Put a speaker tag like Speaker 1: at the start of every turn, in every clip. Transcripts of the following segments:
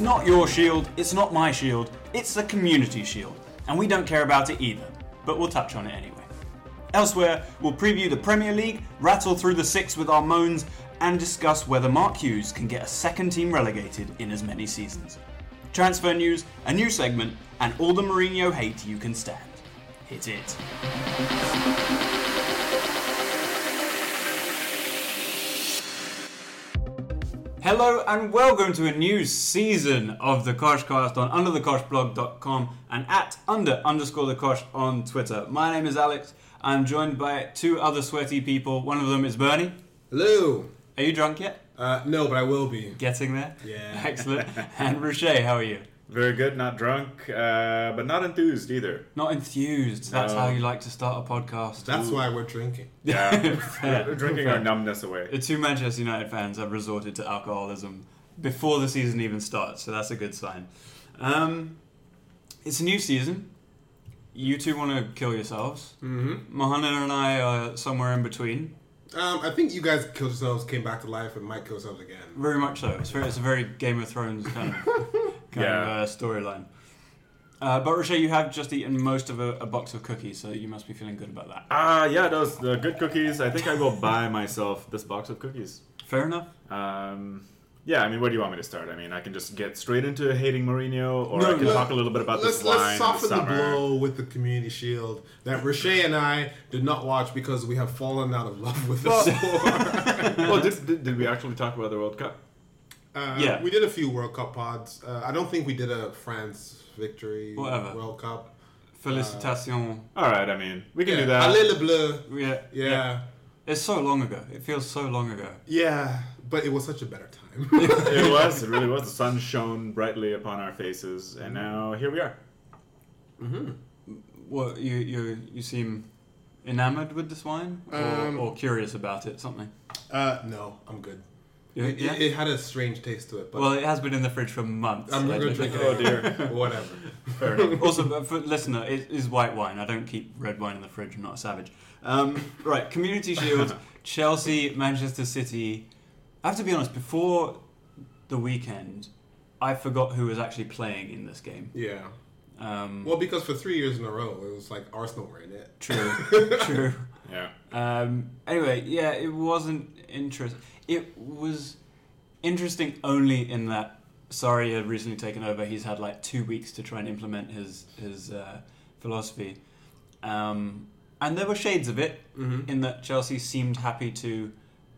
Speaker 1: not your shield, it's not my shield, it's the community shield, and we don't care about it either, but we'll touch on it anyway. Elsewhere, we'll preview the Premier League, rattle through the six with our moans, and discuss whether Mark Hughes can get a second team relegated in as many seasons. Transfer news, a new segment, and all the Mourinho hate you can stand. Hit it. Hello and welcome to a new season of the Koshcast on underthekoshblog.com and at under underscore the Kosh on Twitter. My name is Alex. I'm joined by two other sweaty people. One of them is Bernie.
Speaker 2: Hello.
Speaker 1: Are you drunk yet?
Speaker 2: Uh, no, but I will be.
Speaker 1: Getting there?
Speaker 2: Yeah.
Speaker 1: Excellent. And Rocher, how are you?
Speaker 3: Very good, not drunk, uh, but not enthused either.
Speaker 1: Not enthused. That's
Speaker 3: No.
Speaker 1: how you like to start a podcast.
Speaker 2: That's why we're drinking.
Speaker 3: Yeah,
Speaker 1: Fair.
Speaker 3: Um, drinking our numbness away.
Speaker 1: The two Manchester United fans have resorted to alcoholism before the season even starts, so that's a good sign. Um, it's a new season. You two want to kill yourselves.
Speaker 2: Mm-hmm.
Speaker 1: Mohanan and I are somewhere in between.
Speaker 2: Um, I think you guys killed yourselves, came back to life, and might kill yourselves again.
Speaker 1: Very much so. It's, very, it's a very Game of Thrones kind of, kind
Speaker 3: Yeah.
Speaker 1: of uh, storyline. Uh, but Rocher, you have just eaten most of a, a box of cookies, so you must be feeling good about that.
Speaker 3: Ah, yeah, those the good cookies. I think I will buy myself this box of cookies.
Speaker 1: Fair enough.
Speaker 3: Um, yeah, I mean, where do you want me to start? I mean, I can just get straight into hating Mourinho, or
Speaker 2: No,
Speaker 3: I can
Speaker 2: let-
Speaker 3: talk a little bit about
Speaker 2: Let's,
Speaker 3: this
Speaker 2: let's
Speaker 3: wine
Speaker 2: soften
Speaker 3: this
Speaker 2: the
Speaker 3: summer.
Speaker 2: blow with the community shield that Roche and I did not watch because we have fallen out of love with the sport.
Speaker 3: well, Oh, did, did, did we actually talk about the World Cup?
Speaker 2: uh,
Speaker 1: Yeah.
Speaker 2: We did a few World Cup pods. Uh, I don't think we did a France victory
Speaker 1: Whatever.
Speaker 2: World Cup.
Speaker 1: Felicitation.
Speaker 3: All right, I mean, we can
Speaker 2: yeah.
Speaker 3: do that.
Speaker 2: Allez le bleu.
Speaker 1: yeah.
Speaker 2: Yeah.
Speaker 1: It's so long ago. It feels so long ago.
Speaker 2: Yeah. But it was such a better time.
Speaker 3: it was, it really was. The sun shone brightly upon our faces, and now here we are.
Speaker 1: What you you you seem enamored with this wine, or,
Speaker 2: Um,
Speaker 1: or curious about it? Something.
Speaker 2: uh, no, I'm good.
Speaker 1: You-
Speaker 2: It,
Speaker 1: yeah?
Speaker 2: it, it had a strange taste to it, but
Speaker 1: well, it has been in the fridge for months.
Speaker 2: I'm not gonna drink it.
Speaker 3: Oh, dear.
Speaker 2: Whatever.
Speaker 3: Fair enough.
Speaker 1: also, but for listener, it is white wine. I don't keep red wine in the fridge. I'm not a savage. Um, right, Community Shield, Chelsea, Manchester City. I have to be honest. Before the weekend, I forgot who was actually playing in this game.
Speaker 2: Yeah.
Speaker 1: Um,
Speaker 2: Well, because for three years in a row, it was like Arsenal were in it.
Speaker 1: True. true.
Speaker 3: Yeah.
Speaker 1: Um, anyway, yeah, it wasn't interesting. It was interesting only in that Sarri had recently taken over. He's had like two weeks to try and implement his his uh, philosophy, um, and there were shades of it
Speaker 2: Mm-hmm.
Speaker 1: in that Chelsea seemed happy to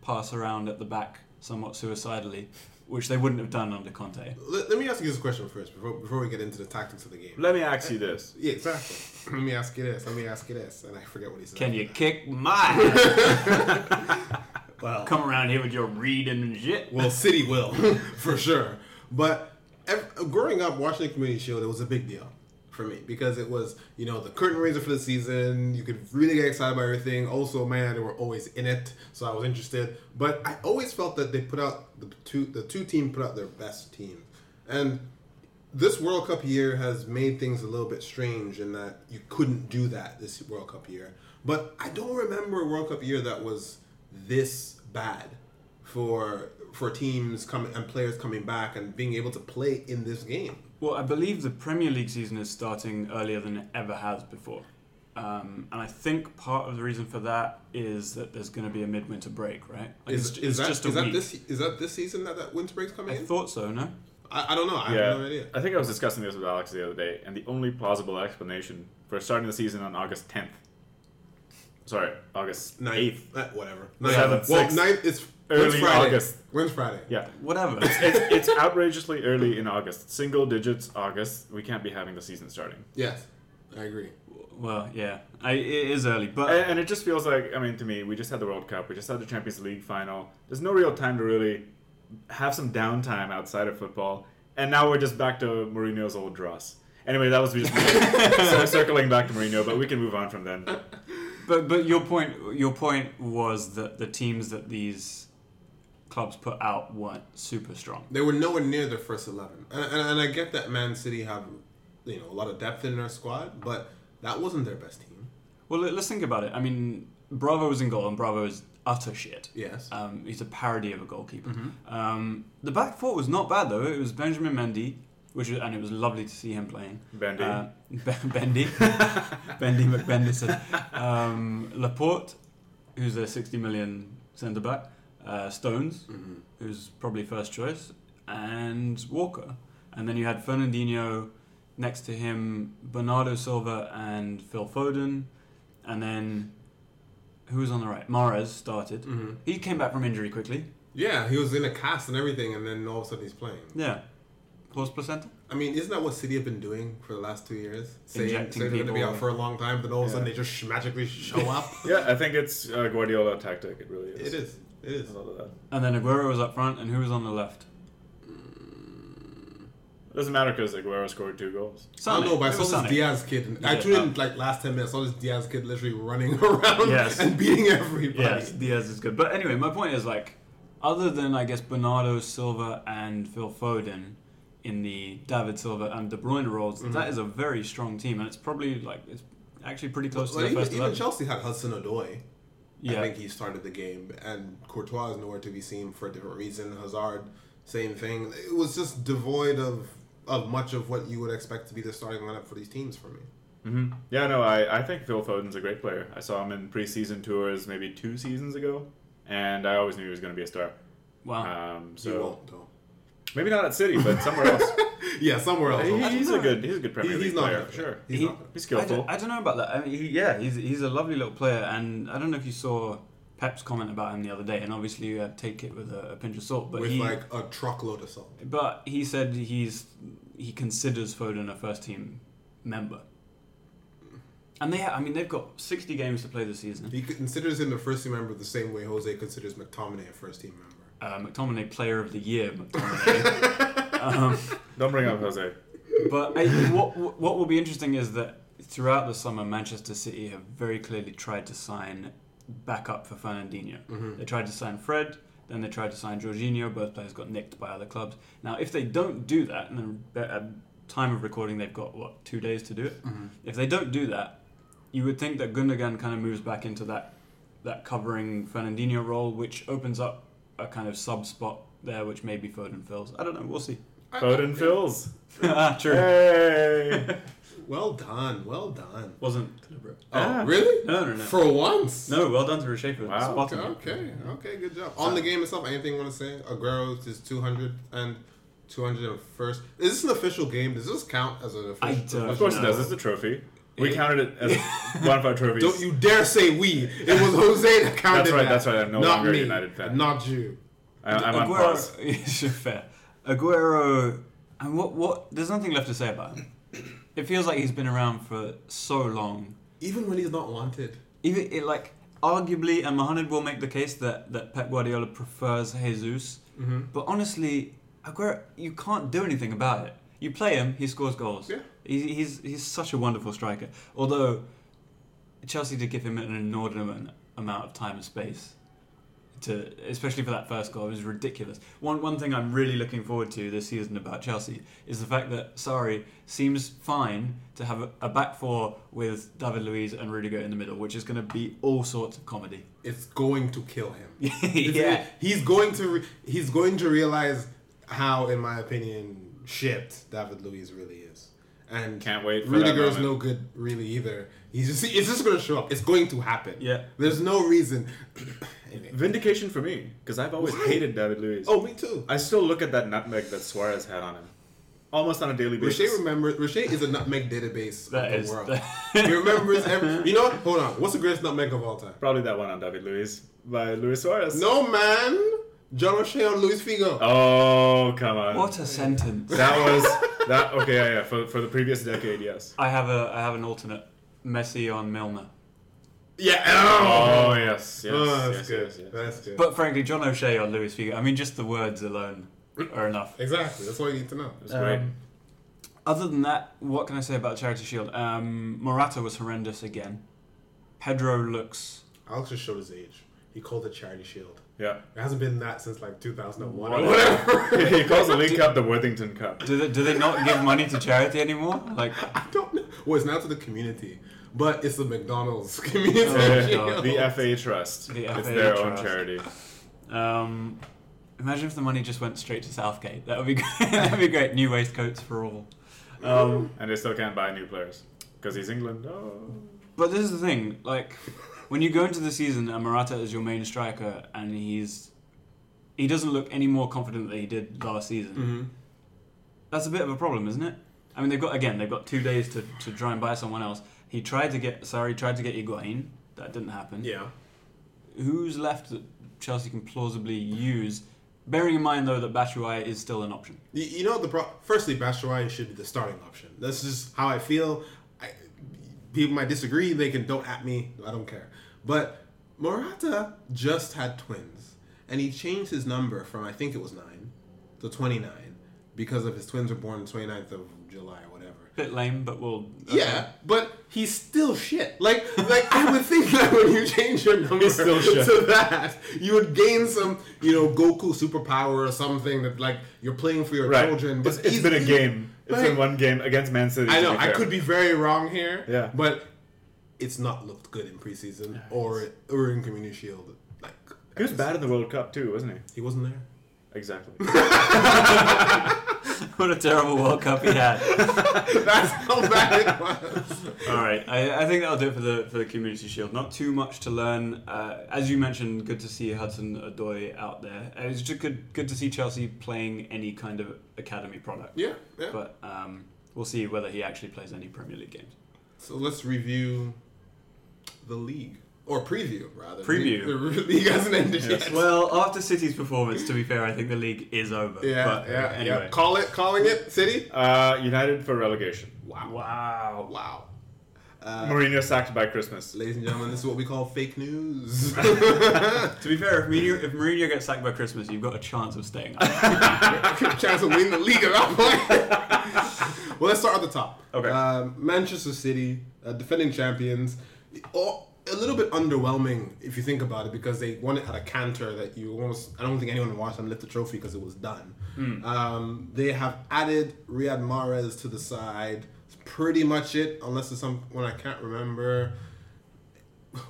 Speaker 1: pass around at the back somewhat suicidally, which they wouldn't have done under Conte.
Speaker 2: Let, let me ask you this question first before, before we get into the tactics of the game.
Speaker 3: Let me ask you this.
Speaker 2: Yeah, exactly. let me ask you this. Let me ask you this. And I forget what he said.
Speaker 1: Can you kick my? ass?
Speaker 2: Well,
Speaker 1: Come around here with your reading and shit.
Speaker 2: well, City will, for sure. But ev- growing up watching the Community Shield, it was a big deal for me because it was, you know, the curtain raiser for the season. You could really get excited by everything. Also, Man United were always in it, so I was interested. But I always felt that they put out the two the two team put out their best team, and this World Cup year has made things a little bit strange in that you couldn't do that this World Cup year. But I don't remember a World Cup year that was this bad for for teams coming and players coming back and being able to play in this game.
Speaker 1: Well, I believe the Premier League season is starting earlier than it ever has before. Um, and I think part of the reason for that is that there's going to be a midwinter break, right? Like
Speaker 2: Is,
Speaker 1: it's,
Speaker 2: is
Speaker 1: it's
Speaker 2: that,
Speaker 1: just a
Speaker 2: is that
Speaker 1: week.
Speaker 2: this is that this season that that winter break's coming
Speaker 1: I
Speaker 2: in?
Speaker 1: thought so, no?
Speaker 2: I, I don't know. I
Speaker 3: yeah,
Speaker 2: have no idea.
Speaker 3: I think I was discussing this with Alex the other day, and the only plausible explanation for starting the season on August 10th. Sorry, August
Speaker 2: Ninth,
Speaker 3: 8th.
Speaker 2: uh, whatever.
Speaker 3: Seventh,
Speaker 2: well,
Speaker 3: sixth.
Speaker 2: ninth. It's when's
Speaker 3: Early
Speaker 2: Friday.
Speaker 3: August.
Speaker 2: When's Friday?
Speaker 3: Yeah.
Speaker 1: Whatever.
Speaker 3: It's, it's outrageously early in August. Single digits August. We can't be having the season starting.
Speaker 2: Yes, I agree.
Speaker 1: well, yeah. I, it is early, but
Speaker 3: And,
Speaker 2: Uh,
Speaker 3: and it just feels like, I mean, to me, we just had the World Cup. We just had the Champions League final. There's no real time to really have some downtime outside of football. And now we're just back to Mourinho's old dross. Anyway, that was just me circling back to Mourinho, but we can move on from then.
Speaker 1: But but your point your point was that the teams that these clubs put out weren't super strong.
Speaker 2: They were nowhere near their first eleven, and, and, and I get that Man City have, you know, a lot of depth in their squad, but that wasn't their best team.
Speaker 1: Well, let- let's think about it. I mean, Bravo was in goal, and Bravo is utter shit.
Speaker 2: Yes.
Speaker 1: Um, he's a parody of a goalkeeper. Um, the back four was not bad though. It was Benjamin Mendy, which was, and it was lovely to see him playing.
Speaker 3: Bendy.
Speaker 1: Uh, Ben- Bendy, Bendy McBenderson, um, Laporte, who's their 60 million centre back, uh, Stones,
Speaker 2: Mhm.
Speaker 1: who's probably first choice, and Walker. And then you had Fernandinho next to him, Bernardo Silva, and Phil Foden. And then who was on the right? Mares started.
Speaker 2: Mhm.
Speaker 1: He came back from injury quickly.
Speaker 2: Yeah, he was in a cast and everything, and then all of a sudden he's playing.
Speaker 1: Yeah. Horse placenta?
Speaker 2: I mean, isn't that what City have been doing for the last two years? Saying, saying
Speaker 1: Injecting
Speaker 2: they're going to be
Speaker 1: people.
Speaker 2: out for a long time, but all of a sudden
Speaker 3: Yeah.
Speaker 2: they just magically show up.
Speaker 3: Yeah, I think it's uh, Guardiola tactic. It really is.
Speaker 2: it is. It is.
Speaker 3: There's a lot of that.
Speaker 1: And then Aguero was up front, and who was on the left?
Speaker 3: It doesn't matter because Aguero scored two goals.
Speaker 2: I don't know, but I
Speaker 1: It
Speaker 2: saw
Speaker 1: was
Speaker 2: this
Speaker 1: Sane.
Speaker 2: Diaz kid. and I
Speaker 1: Yeah. Uh,
Speaker 2: tuned in like last 10 minutes. I saw this Diaz kid literally running around
Speaker 1: Yes.
Speaker 2: and beating everybody.
Speaker 1: Yes, Diaz is good. But anyway, my point is like, other than I guess Bernardo Silva and Phil Foden in the David Silva and De Bruyne roles,
Speaker 2: Mm-hmm.
Speaker 1: that is a very strong team, and it's probably like it's actually pretty close
Speaker 2: Well,
Speaker 1: to the
Speaker 2: even,
Speaker 1: first
Speaker 2: even
Speaker 1: eleven.
Speaker 2: Chelsea had Hudson Odoi. I
Speaker 1: yeah,
Speaker 2: think he started the game, and Courtois is nowhere to be seen for a different reason. Hazard, same thing. It was just devoid of of much of what you would expect to be the starting lineup for these teams for me.
Speaker 3: hmm Yeah, no, I, I think Phil Foden's a great player. I saw him in preseason tours maybe two seasons ago, and I always knew he was going to be a star.
Speaker 1: wow.
Speaker 3: Um,
Speaker 2: he
Speaker 3: so
Speaker 2: won't though.
Speaker 3: maybe not at City, but somewhere else.
Speaker 2: yeah, somewhere else.
Speaker 3: he,
Speaker 2: He-
Speaker 3: he's a good he's a good Premier
Speaker 2: he's
Speaker 3: League
Speaker 2: not
Speaker 3: player
Speaker 2: good.
Speaker 3: for sure.
Speaker 2: He's
Speaker 1: He-
Speaker 2: not. good.
Speaker 3: He's
Speaker 1: I don't,
Speaker 3: skillful.
Speaker 1: I don't know about that. I mean, he, yeah, he's he's a lovely little player, and I don't know if you saw Pep's comment about him the other day, and obviously you have to take it with a, a pinch of salt. But
Speaker 2: With
Speaker 1: he,
Speaker 2: like a truckload of salt.
Speaker 1: But he said he's he considers Foden a first team member. And they, ha- I mean, they've got sixty games to play this season.
Speaker 2: He considers him a first team member the same way Jose considers McTominay a first team member.
Speaker 1: Uh, McTominay Player of the Year, McTominay. um,
Speaker 3: Don't bring up Jose.
Speaker 1: but I, what what will be interesting is that throughout the summer, Manchester City have very clearly tried to sign backup for Fernandinho. They tried to sign Fred, then they tried to sign Jorginho. Both players got nicked by other clubs. Now, if they don't do that, and then at at time of recording, they've got what two days to do it. If they don't do that, you would think that Gundogan kind of moves back into that that covering Fernandinho role, which opens up a kind of sub spot there, which maybe Foden fills. I don't know. We'll see. Ah,
Speaker 3: Foden fills.
Speaker 1: True.
Speaker 3: Uh, Hey.
Speaker 2: Well done, well done.
Speaker 1: Wasn't deliberate.
Speaker 2: Oh,
Speaker 3: Ah.
Speaker 2: really?
Speaker 1: No, no, no.
Speaker 2: For once.
Speaker 1: No, well done to Rashay for
Speaker 3: Wow.
Speaker 1: spotting it.
Speaker 2: Okay, okay, good job. On the game itself, anything you want to say? Aguero's is 200 and 201st. Is this an official game? Does this count as an official?
Speaker 1: I don't
Speaker 3: Of course it
Speaker 1: No.
Speaker 3: does. It's a trophy. We
Speaker 1: It-
Speaker 3: counted it as one of our trophies.
Speaker 2: Don't you dare say we. It was Jose that counted
Speaker 3: That's right,
Speaker 2: that.
Speaker 3: that's right, I'm no
Speaker 2: not
Speaker 3: longer a
Speaker 2: me,
Speaker 3: United fan.
Speaker 2: Not you.
Speaker 3: I, I'm on pause.
Speaker 1: Aguero, sure, fair. Aguero, and what? What? There's nothing left to say about him. It feels like he's been around for so long.
Speaker 2: Even when he's not wanted.
Speaker 1: Even it, like arguably, and Mohamed will make the case that that Pep Guardiola prefers Jesus.
Speaker 2: Mm-hmm.
Speaker 1: But honestly, Aguero, you can't do anything about it. You play him, he scores goals.
Speaker 2: Yeah.
Speaker 1: He's, he's he's such a wonderful striker. Although Chelsea did give him an inordinate amount of time and space to, especially for that first goal, it was ridiculous. One one thing I'm really looking forward to this season about Chelsea is the fact that Sari seems fine to have a, a back four with David Luiz and Rudiger in the middle, which is going to be all sorts of comedy.
Speaker 2: It's going to kill him. It's-
Speaker 1: yeah,
Speaker 2: He's going to re- he's going to realize how, in my opinion, shipped David Luiz really is. And
Speaker 3: Can't wait for that
Speaker 2: Rudiger's
Speaker 3: moment.
Speaker 2: no good really either. He's just it's just gonna show up. It's going to happen.
Speaker 1: Yeah.
Speaker 2: There's no reason. anyway.
Speaker 3: Vindication for me, because I've always
Speaker 2: Why?
Speaker 3: hated David Luiz.
Speaker 2: Oh, me too.
Speaker 3: I still look at that nutmeg that Suarez had on him, almost on a daily basis.
Speaker 2: Roche remembers. Roche is a nutmeg database
Speaker 1: That
Speaker 2: of
Speaker 1: is-
Speaker 2: the world. he remembers every. You know what? Hold on. What's the greatest nutmeg of all time?
Speaker 3: Probably that one on David Luiz by Luis Suarez.
Speaker 2: No man. John Roche on Luis Figo.
Speaker 3: Oh come on.
Speaker 1: what a sentence.
Speaker 3: That was that. Okay, yeah, yeah. For, for the previous decade, yes.
Speaker 1: I have a I have an alternate Messi on Milner.
Speaker 2: Yeah.
Speaker 3: Oh
Speaker 2: Oh,
Speaker 3: yes, yes,
Speaker 2: Oh, that's
Speaker 3: yes,
Speaker 2: good.
Speaker 3: yes, yes.
Speaker 2: That's good.
Speaker 1: But frankly, John O'Shea or Luis Figo. I mean, just the words alone are enough.
Speaker 2: exactly. That's all you need to know.
Speaker 3: It's great.
Speaker 1: Um, Other than that, what can I say about Charity Shield? Um, Morata was horrendous again. Pedro looks.
Speaker 2: Alex just showed his age. He called it Charity Shield.
Speaker 3: yeah.
Speaker 2: It hasn't been that since like 2001 or
Speaker 3: Whatever.
Speaker 2: whatever.
Speaker 3: he calls the League Cup the Worthington Cup.
Speaker 1: Do they, do they not give money to charity anymore? Like,
Speaker 2: I don't know. Well, it's now to the community. but it's the McDonald's community
Speaker 1: Oh,
Speaker 2: shield.
Speaker 3: the FA Trust.
Speaker 1: The
Speaker 3: it's
Speaker 1: FA
Speaker 3: their
Speaker 1: Trust.
Speaker 3: own charity.
Speaker 1: Um, imagine if the money just went straight to Southgate. That would be that would be great. New waistcoats for all. Um,
Speaker 3: And they still can't buy new players because he's England. Oh.
Speaker 1: but this is the thing. Like when you go into the season and Morata is your main striker, and he's he doesn't look any more confident than he did last season.
Speaker 2: Mhm.
Speaker 1: That's a bit of a problem, isn't it? I mean, they've got again, they've got two days to, to try and buy someone else. He tried to get sorry, tried to get Higuain. That didn't happen.
Speaker 2: Yeah.
Speaker 1: Who's left that Chelsea can plausibly use? Bearing in mind though that Batshuayi is still an option.
Speaker 2: You, you know the pro- firstly, Batshuayi should be the starting option. That's just how I feel. I, people might disagree. They can don't at me. I don't care. But Morata just had twins, and he changed his number from I think it was nine to twenty nine because of his twins were born the 29th of July or whatever.
Speaker 1: Bit lame, but we'll.
Speaker 3: Uh-huh.
Speaker 2: Yeah, but he's still shit. Like, like I would think that when you change your number
Speaker 3: He's still shit.
Speaker 2: to that, you would gain some, you know, Goku superpower or something that like you're playing for your
Speaker 3: Right.
Speaker 2: children.
Speaker 3: It's-
Speaker 2: But
Speaker 3: it's
Speaker 2: he's-
Speaker 3: been a game. It's
Speaker 2: like-
Speaker 3: been one game against Man City.
Speaker 2: I
Speaker 3: to
Speaker 2: know
Speaker 3: be
Speaker 2: I
Speaker 3: fair.
Speaker 2: could be very wrong here.
Speaker 3: Yeah.
Speaker 2: but it's not looked good in preseason or or in Community Shield. Like
Speaker 3: He was bad in the World Cup too, wasn't he?
Speaker 2: He wasn't there.
Speaker 3: Exactly.
Speaker 1: what a terrible World Cup he had.
Speaker 2: That's how bad it was.
Speaker 1: All right, I, I think that'll do it for the for the Community Shield. Not too much to learn. Uh, as you mentioned, good to see Hudson Odoi out there. Uh, It's just good good to see Chelsea playing any kind of academy product.
Speaker 2: Yeah, yeah.
Speaker 1: But um, we'll see whether he actually plays any Premier League games.
Speaker 2: So let's review the league or preview rather.
Speaker 1: Preview.
Speaker 2: The, the league hasn't ended
Speaker 3: Yes.
Speaker 2: yet.
Speaker 1: Well, after City's performance, to be fair, I think the league is over.
Speaker 2: Yeah,
Speaker 1: but, uh,
Speaker 2: yeah,
Speaker 1: Anyway.
Speaker 2: yeah. Call it, calling it, City.
Speaker 3: uh, United for relegation.
Speaker 1: Wow.
Speaker 2: Wow. Uh,
Speaker 3: Mourinho sacked by Christmas.
Speaker 2: ladies and gentlemen, this is what we call fake news.
Speaker 1: To be fair, if Mourinho, if Mourinho gets sacked by Christmas, you've got a chance of staying up.
Speaker 2: Chance to win the league at that point. well, let's start at the top.
Speaker 1: Okay.
Speaker 2: Um, Manchester City, uh, defending champions. All, a little bit underwhelming if you think about it because they won it at a canter that you almost. I don't think anyone watched them lift the trophy because it was done. Um, they have added Riyad Mahrez to the side. It's pretty much it, unless it's someone I can't remember.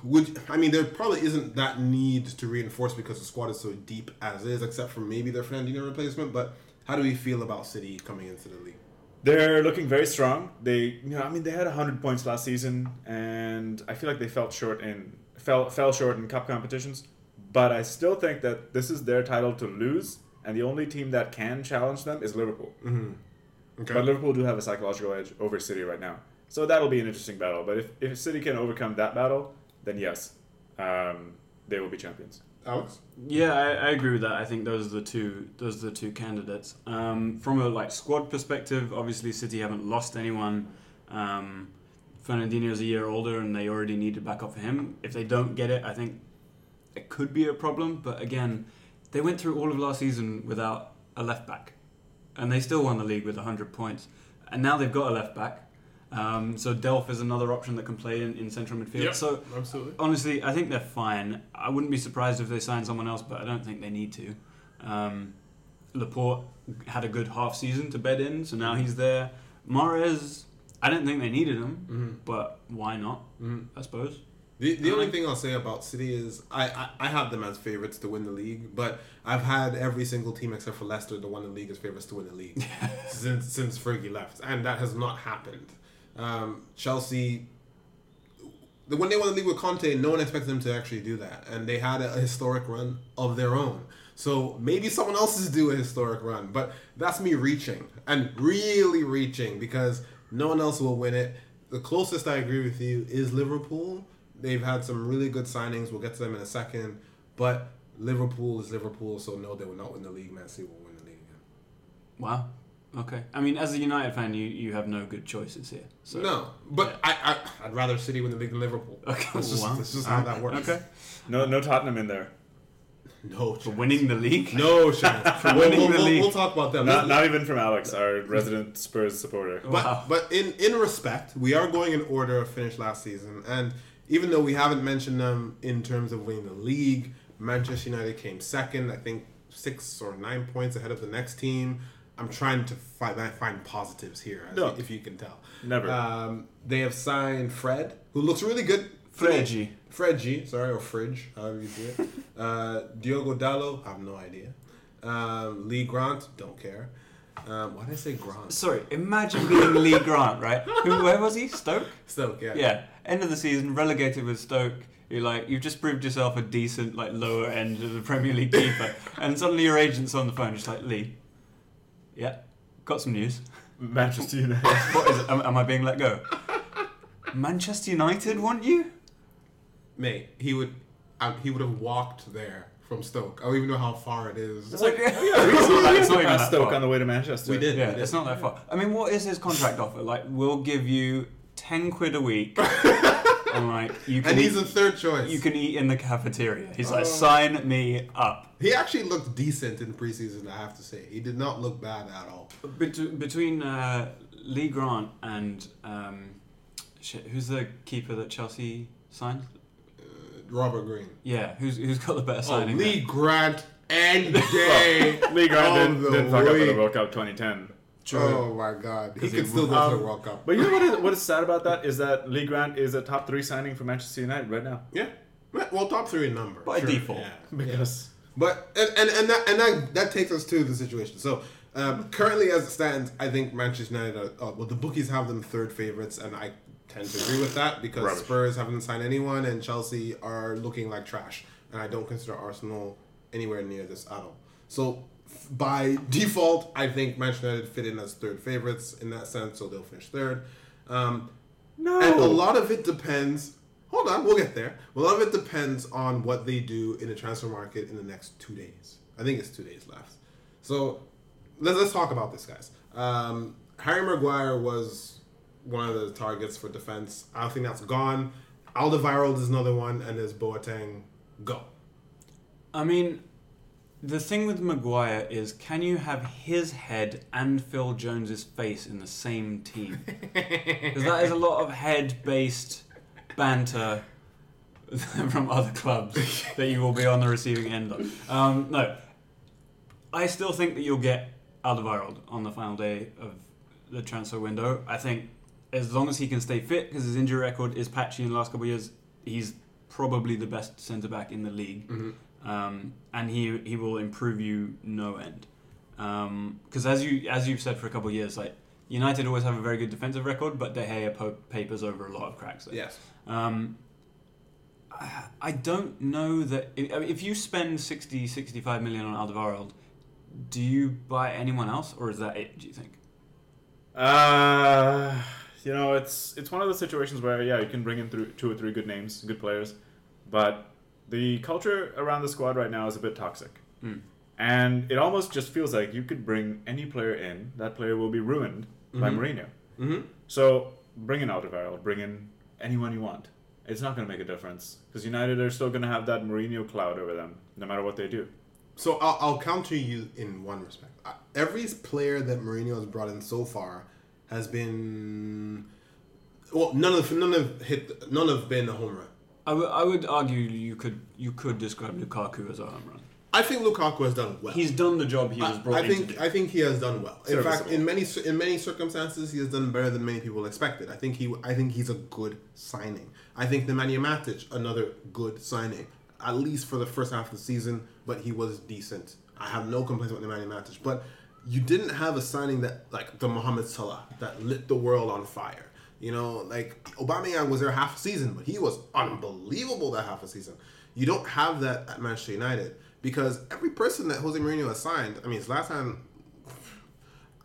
Speaker 2: Would I mean there probably isn't that need to reinforce because the squad is so deep as is, except for maybe their Fernandinho replacement. But how do we feel about City coming into the league?
Speaker 3: They're looking very strong. They, you know, I mean, they had 100 points last season, and I feel like they felt short in fell fell short in cup competitions. But I still think that this is their title to lose, and the only team that can challenge them is Liverpool.
Speaker 2: Okay.
Speaker 3: But Liverpool do have a psychological edge over City right now, so that'll be an interesting battle. But if, if City can overcome that battle, then yes, um, they will be champions.
Speaker 2: Alex?
Speaker 1: Yeah, I, I agree with that. I think those are the two. Those are the two candidates. Um, from a like squad perspective, obviously City haven't lost anyone. Um, Fernandinho's a year older, and they already needed backup for him. If they don't get it, I think it could be a problem. But again, they went through all of last season without a left back, and they still won the league with hundred points. And now they've got a left back. Um, so Delph is another option that can play in, in central midfield. So
Speaker 2: absolutely.
Speaker 1: Honestly, I think they're fine. I wouldn't be surprised if they sign someone else, but I don't think they need to. Um, Laporte had a good half season to bed in, so now he's there. Mares, I didn't think they needed him, but why not? I suppose.
Speaker 2: The, the only thing I'll say about City is I, I, I have them as favorites to win the league, but I've had every single team except for Leicester the one in the league as favorites to win the league since since Fergie left, and that has not happened. Um, Chelsea, the when they won the league with Conte, no one expected them to actually do that, and they had a, a historic run of their own. So maybe someone else is due a historic run, but that's me reaching and really reaching because no one else will win it. The closest I agree with you is Liverpool. They've had some really good signings. We'll get to them in a second, but Liverpool is Liverpool, so no, they will not win the league. Man City will win the league again.
Speaker 1: Wow. Okay. I mean, as a United fan, you, you have no good choices here. So.
Speaker 2: no, but I, I I'd rather City win the league than Liverpool.
Speaker 1: Okay.
Speaker 2: that's just,
Speaker 1: wow.
Speaker 2: that's just how that works.
Speaker 1: Okay.
Speaker 3: No, no Tottenham in there.
Speaker 2: No,
Speaker 1: For
Speaker 2: chance.
Speaker 1: winning the league?
Speaker 2: no chance. we'll,
Speaker 1: winning
Speaker 2: we'll,
Speaker 1: the
Speaker 2: we'll-
Speaker 1: league.
Speaker 2: we'll talk about them.
Speaker 3: Not, not even from Alex, our resident Spurs supporter.
Speaker 2: but
Speaker 1: Wow.
Speaker 2: but in in respect, we are going in order of finish last season, and even though we haven't mentioned them in terms of winning the league, Manchester United came second. I think six or nine points ahead of the next team. I'm trying to find find positives here, as
Speaker 3: No.
Speaker 2: you- if you can tell.
Speaker 3: Never.
Speaker 2: Um, they have signed Fred, who looks really good.
Speaker 1: Fredgy.
Speaker 2: Fredgy, sorry, or Fridge, however you see it. uh, Diogo Dallo, I have no idea. Um, Lee Grant, don't care. Um, why did I say Grant?
Speaker 1: Sorry, imagine being Lee Grant, right? Who, where was he? Stoke?
Speaker 2: Stoke, yeah.
Speaker 1: Yeah, end of the season, relegated with Stoke. You're like, you've just proved yourself a decent, like, lower end of the Premier League keeper. and suddenly your agent's on the phone, just like, Lee, yeah, got some news.
Speaker 3: Manchester United.
Speaker 1: What is it? Am, am I being let go? Manchester United want you?
Speaker 2: Mate, he would, um, he would have walked there from Stoke. I don't even know how far it is.
Speaker 1: It's like, it's not that- it's not even
Speaker 3: Past
Speaker 1: that
Speaker 3: Stoke
Speaker 1: far.
Speaker 3: on the way to Manchester.
Speaker 2: We did.
Speaker 1: Yeah, it's not that far. I mean, what is his contract offer? Like, we'll give you 10 quid a week. and, Oh. like, you can,
Speaker 2: And he's
Speaker 1: eat,
Speaker 2: a third choice.
Speaker 1: you can eat in the cafeteria. He's like, sign me up.
Speaker 2: He actually looked decent in preseason, I have to say. He did not look bad at all.
Speaker 1: Bet- between uh, Lee Grant and um, shit, who's the keeper that Chelsea signed?
Speaker 2: Robert Green.
Speaker 1: Yeah, who's who's got the better
Speaker 2: Oh,
Speaker 1: signing?
Speaker 2: Lee Grant and Gay.
Speaker 3: Lee Grant
Speaker 2: all
Speaker 3: didn't,
Speaker 2: the
Speaker 3: didn't fuck up in
Speaker 2: way.
Speaker 3: the World Cup 2010.
Speaker 2: Oh my god. He
Speaker 1: he
Speaker 2: could still
Speaker 1: would-
Speaker 2: go to
Speaker 3: um,
Speaker 2: the World Cup.
Speaker 3: But you know what is, what is sad about that is that Lee Grant is a top three signing for Manchester United right now
Speaker 2: yeah. Well, top three in number.
Speaker 1: By default.
Speaker 2: Yeah.
Speaker 3: because
Speaker 2: But and and, and that and that, that takes us to the situation. So um, currently, as it stands, I think Manchester United. Are, uh, well, the bookies have them third favorites, and I tend to agree with that because
Speaker 3: Rubbish.
Speaker 2: Spurs haven't signed anyone, and Chelsea are looking like trash. And I don't consider Arsenal anywhere near this at all. So f- by default, I think Manchester United fit in as third favorites in that sense. So they'll finish third. Um,
Speaker 3: no,
Speaker 2: and a lot of it depends. Hold on, we'll get there. A lot of it depends on what they do in the transfer market in the next two days. I think it's two days left. So let's, let's talk about this, guys. Um, Harry Maguire was one of the targets for defense. I think that's gone. Alderweireld is another one, and there's Boateng. Go.
Speaker 1: I mean, the thing with Maguire is, can you have his head and Phil Jones's face in the same team? Because that is a lot of head-based banter from other clubs that you will be on the receiving end of. Um, no, I still think that you'll get Alderweireld on the final day of the transfer window. I think as long as he can stay fit, because his injury record is patchy in the last couple of years, he's probably the best centre back in the league, um, and he he will improve you no end. Because as you as you've said for a couple of years, like United always have a very good defensive record, but De Gea po- papers over a lot of cracks. There.
Speaker 2: Yes.
Speaker 1: Um, I- I don't know that if, I mean, if you spend 60, 65 million on Alderweireld, do you buy anyone else, or is that it? Do you think?
Speaker 3: Uh, you know, it's it's one of those situations where yeah, you can bring in through two or three good names, good players, but the culture around the squad right now is a bit toxic,
Speaker 2: Hmm.
Speaker 3: and it almost just feels like you could bring any player in, that player will be ruined by Mourinho.
Speaker 2: Mm-hmm.
Speaker 3: So bring in Alderweireld, bring in anyone you want. It's not going to make a difference because United are still going to have that Mourinho cloud over them, no matter what they do.
Speaker 2: So I'll, I'll counter you in one respect. Uh, Every player that Mourinho has brought in so far has been well, none of none have hit none have been a home run.
Speaker 1: I would- I would argue you could you could describe Lukaku as a home run.
Speaker 2: I think Lukaku has done well.
Speaker 1: He's done the job he was
Speaker 2: I,
Speaker 1: brought
Speaker 2: I
Speaker 1: in to
Speaker 2: think
Speaker 1: do.
Speaker 2: I think he has done well. In fact,
Speaker 3: Serviceable.
Speaker 2: in many cir- in many circumstances, he has done better than many people expected. I think he I think he's a good signing. I think Nemanja Matic another good signing, at least for the first half of the season. But he was decent. I have no complaints about Nemanja Matic. But you didn't have a signing that like the Mohamed Salah that lit the world on fire. You know, like Aubameyang was there half a season, but he was unbelievable that half a season. You don't have that at Manchester United because every person that Jose Mourinho has signed, I mean, his last time,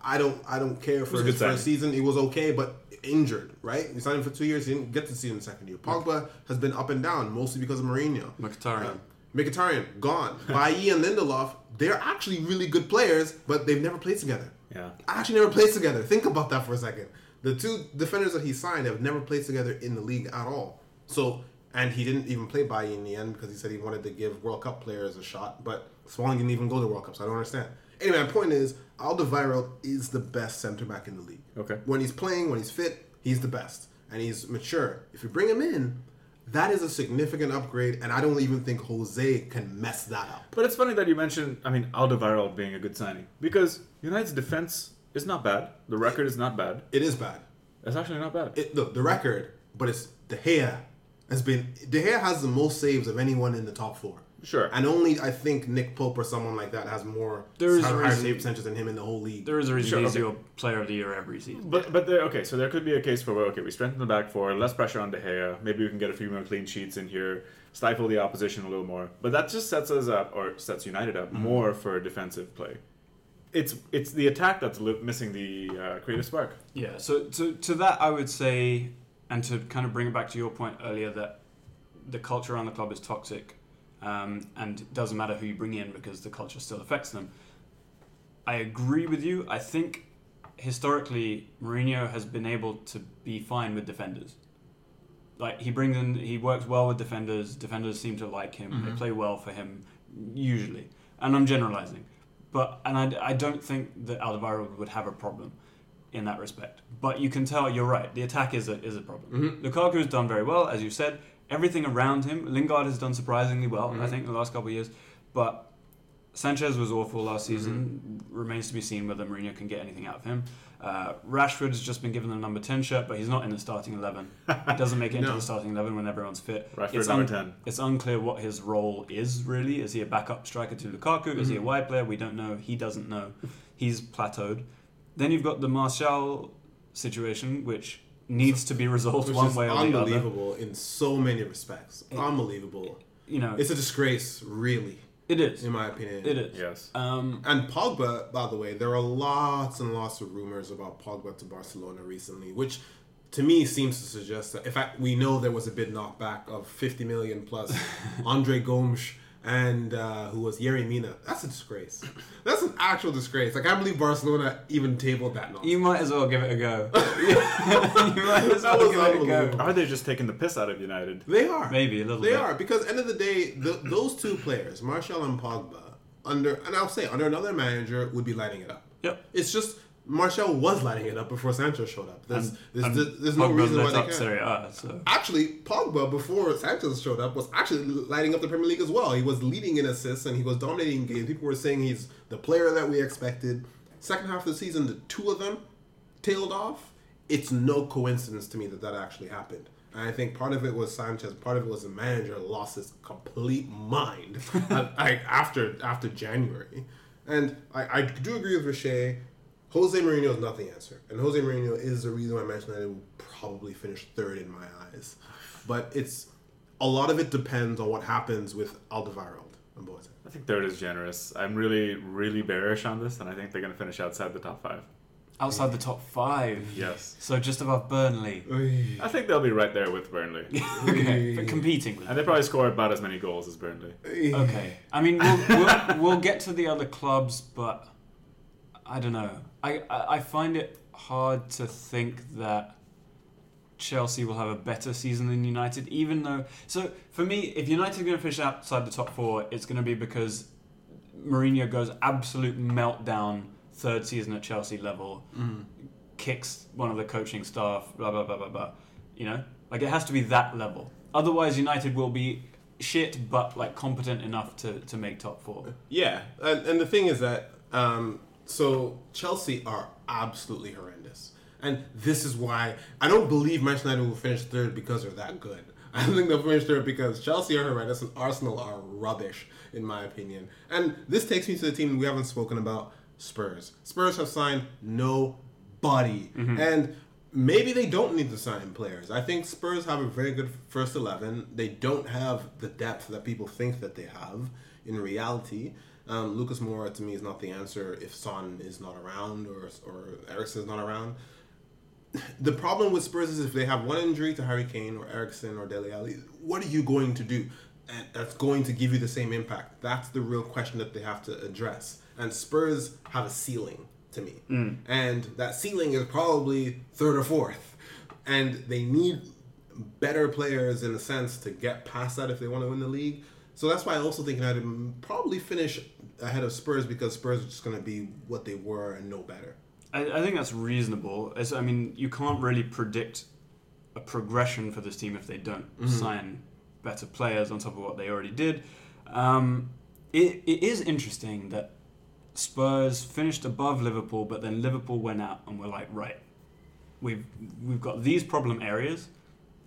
Speaker 2: I don't, I don't care for
Speaker 3: was a
Speaker 2: his
Speaker 3: good
Speaker 2: first
Speaker 3: signing.
Speaker 2: season. He was okay, but injured, right? He signed him for two years. He didn't get to see him in the second year. Pogba has been up and down, mostly because of Mourinho.
Speaker 1: Mkhitaryan.
Speaker 2: Um, Mkhitaryan gone. Bailly and Lindelof, they're actually really good players, but they've never played together
Speaker 3: Yeah.
Speaker 2: actually never played together. Think about that for a second. The two defenders that he signed have never played together in the league at all. So, and he didn't even play Bailly in the end because he said he wanted to give World Cup players a shot, but Smalling didn't even go to World Cup, so I don't understand. Anyway, my point is, Alderweireld is the best center back in the league.
Speaker 3: Okay.
Speaker 2: When he's playing, when he's fit, he's the best. And he's mature. If you bring him in, That is a significant upgrade, and I don't even think Jose can mess that up.
Speaker 3: But it's funny that you mentioned, I mean, Alderweireld being a good signing because United's defense is not bad. The record is not bad.
Speaker 2: It is bad.
Speaker 3: It's actually not bad.
Speaker 2: It, look, the record, but it's De Gea has been. De Gea has the most saves of anyone in the top four.
Speaker 3: Sure.
Speaker 2: And only I think Nick Pope or someone like that has more
Speaker 1: There is
Speaker 2: has
Speaker 1: a
Speaker 2: higher
Speaker 1: reason-
Speaker 2: save percentages than him in the whole league.
Speaker 1: There is a reason
Speaker 3: Sure,
Speaker 1: he's
Speaker 3: okay.
Speaker 1: your player of the year every season.
Speaker 3: But but there, okay, so there could be a case for where okay, we strengthen the back four, less pressure on De Gea. Maybe we can get a few more clean sheets in here, stifle the opposition a little more. But that just sets us up or sets United up more for defensive play. It's it's the attack that's li- missing the uh, creative spark.
Speaker 1: Yeah, so to, to that I would say, and to kind of bring it back to your point earlier, that the culture around the club is toxic, um, and it doesn't matter who you bring in because the culture still affects them. I agree with you. I think historically Mourinho has been able to be fine with defenders. Like he brings in, he works well with defenders. Defenders seem to like him. They play well for him usually, and I'm generalizing, but and I, I don't think that Alderweireld would have a problem in that respect. But you can tell you're right. The attack is a, is a problem.
Speaker 3: Mm-hmm.
Speaker 1: Lukaku has done very well, as you said. Everything around him, Lingard has done surprisingly well.
Speaker 3: Mm-hmm.
Speaker 1: I think in the last couple of years, but Sanchez was awful last
Speaker 3: Mm-hmm.
Speaker 1: season. Remains to be seen whether Mourinho can get anything out of him. Uh, Rashford has just been given the number ten shirt, but he's not in the starting eleven. He doesn't make it into
Speaker 2: No.
Speaker 1: the starting eleven when everyone's fit.
Speaker 3: Rashford
Speaker 1: it's
Speaker 3: number 10.
Speaker 1: It's unclear what his role is really. Is he a backup striker to Lukaku? Is
Speaker 2: Mm-hmm.
Speaker 1: he a wide player? We don't know. He doesn't know. He's plateaued. Then you've got the Martial situation, which needs to be resolved
Speaker 2: Which
Speaker 1: one
Speaker 2: is
Speaker 1: way or the other.
Speaker 2: unbelievable in so many respects. Unbelievable.
Speaker 1: You know,
Speaker 2: It's a disgrace, really,
Speaker 1: it is.
Speaker 2: in my opinion.
Speaker 1: It is.
Speaker 3: Yes.
Speaker 1: Um,
Speaker 2: And Pogba, by the way, there are lots and lots of rumors about Pogba to Barcelona recently, which to me seems to suggest that. In fact, we know there was a bid knockback of 50 million plus Andre Gomes and uh, who was Yerry Mina. That's a disgrace. That's an actual disgrace. Like, I believe Barcelona even tabled that knock.
Speaker 1: you might as well give it a go. you might as
Speaker 2: That
Speaker 1: well
Speaker 2: was
Speaker 1: give it a go.
Speaker 2: unbelievable.
Speaker 3: Are they just taking the piss out of United?
Speaker 2: They are.
Speaker 1: Maybe a little
Speaker 2: They
Speaker 1: bit.
Speaker 2: are because end of the day, th those two players, Marshall and Pogba, under and I'll say under another manager would be lighting it up.
Speaker 1: Yep.
Speaker 2: It's just Marshall was lighting it up before Sanchez showed up. There's there's,
Speaker 1: And
Speaker 2: there's, there's no
Speaker 1: Pogba
Speaker 2: reason why
Speaker 1: led
Speaker 2: they
Speaker 1: up
Speaker 2: can't.
Speaker 1: Serie A, so.
Speaker 2: Actually, Pogba before Sanchez showed up was actually lighting up the Premier League as well. He was leading in assists and he was dominating games. People were saying he's the player that we expected. Second half of the season, the two of them tailed off. It's no coincidence to me that that actually happened. And I think part of it was Sanchez, part of it was the manager lost his complete mind uh, like after after January. And I, I do agree with Richey. Jose Mourinho is not the answer, and Jose Mourinho is the reason why Manchester United will probably finish third in my eyes. But it's a lot of it depends on what happens with Alderweireld and Boateng.
Speaker 3: I think third is generous. I'm really really bearish on this, and I think they're going to finish outside the top five.
Speaker 1: Outside the top five.
Speaker 3: Yes.
Speaker 1: So just above Burnley.
Speaker 3: I think they'll be right there with Burnley,
Speaker 1: okay. But competing with
Speaker 3: and they probably score about as many goals as Burnley.
Speaker 1: Okay. I mean, we'll, we'll, we'll get to the other clubs, but I don't know. I, I, I find it hard to think that Chelsea will have a better season than United, even though. So, for me, if United are going to finish outside the top four, it's going to be because Mourinho goes absolute meltdown third season at Chelsea level, kicks one of the coaching staff, blah, blah, blah, blah, blah. You know? Like, it has to be that level. Otherwise, United will be shit, but, like, competent enough to, to make top four.
Speaker 2: Yeah, and, and the thing is that um, so Chelsea are absolutely horrendous, and this is why I don't believe Manchester United will finish third because they're that good. I don't think they'll finish third because Chelsea are horrendous and Arsenal are rubbish, in my opinion. And this takes me to the team we haven't spoken about, Spurs. Spurs have signed nobody, and maybe they don't need to sign players. I think Spurs have a very good first 11. They don't have the depth that people think that they have in reality. Um, Lucas Moura to me is not the answer if Son is not around or or Ericsson is not around. The problem with Spurs is if they have one injury to Harry Kane or Ericsson or Dele Alli, what are you going to do? And that's going to give you the same impact. That's the real question that they have to address. And Spurs have a ceiling to me, and that ceiling is probably third or fourth. And they need better players in a sense to get past that if they want to win the league. So that's why I also think United probably finish ahead of Spurs because Spurs are just going to be what they were and no better.
Speaker 1: I, I think that's reasonable. It's, I mean, you can't really predict a progression for this team if they don't sign better players on top of what they already did. Um, it, it is interesting that Spurs finished above Liverpool, but then Liverpool went out and were like, right, we've we've got these problem areas,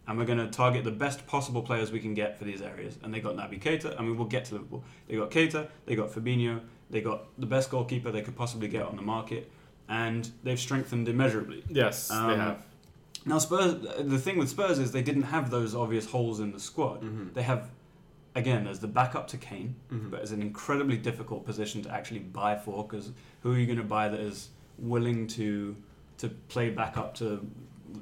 Speaker 1: and we're going to target the best possible players we can get for these areas. And they got Naby Keita. I mean, we'll get to Liverpool. They got Keita. They got Fabinho. They got the best goalkeeper they could possibly get on the market, and they've strengthened immeasurably.
Speaker 3: Yes, they
Speaker 1: Um,
Speaker 3: have.
Speaker 1: Now, Spurs. The thing with Spurs is they didn't have those obvious holes in the squad.
Speaker 3: Mm-hmm.
Speaker 1: They have, again, as the backup to Kane, but as an incredibly difficult position to actually buy for. Because who are you going to buy that is willing to to play back up to,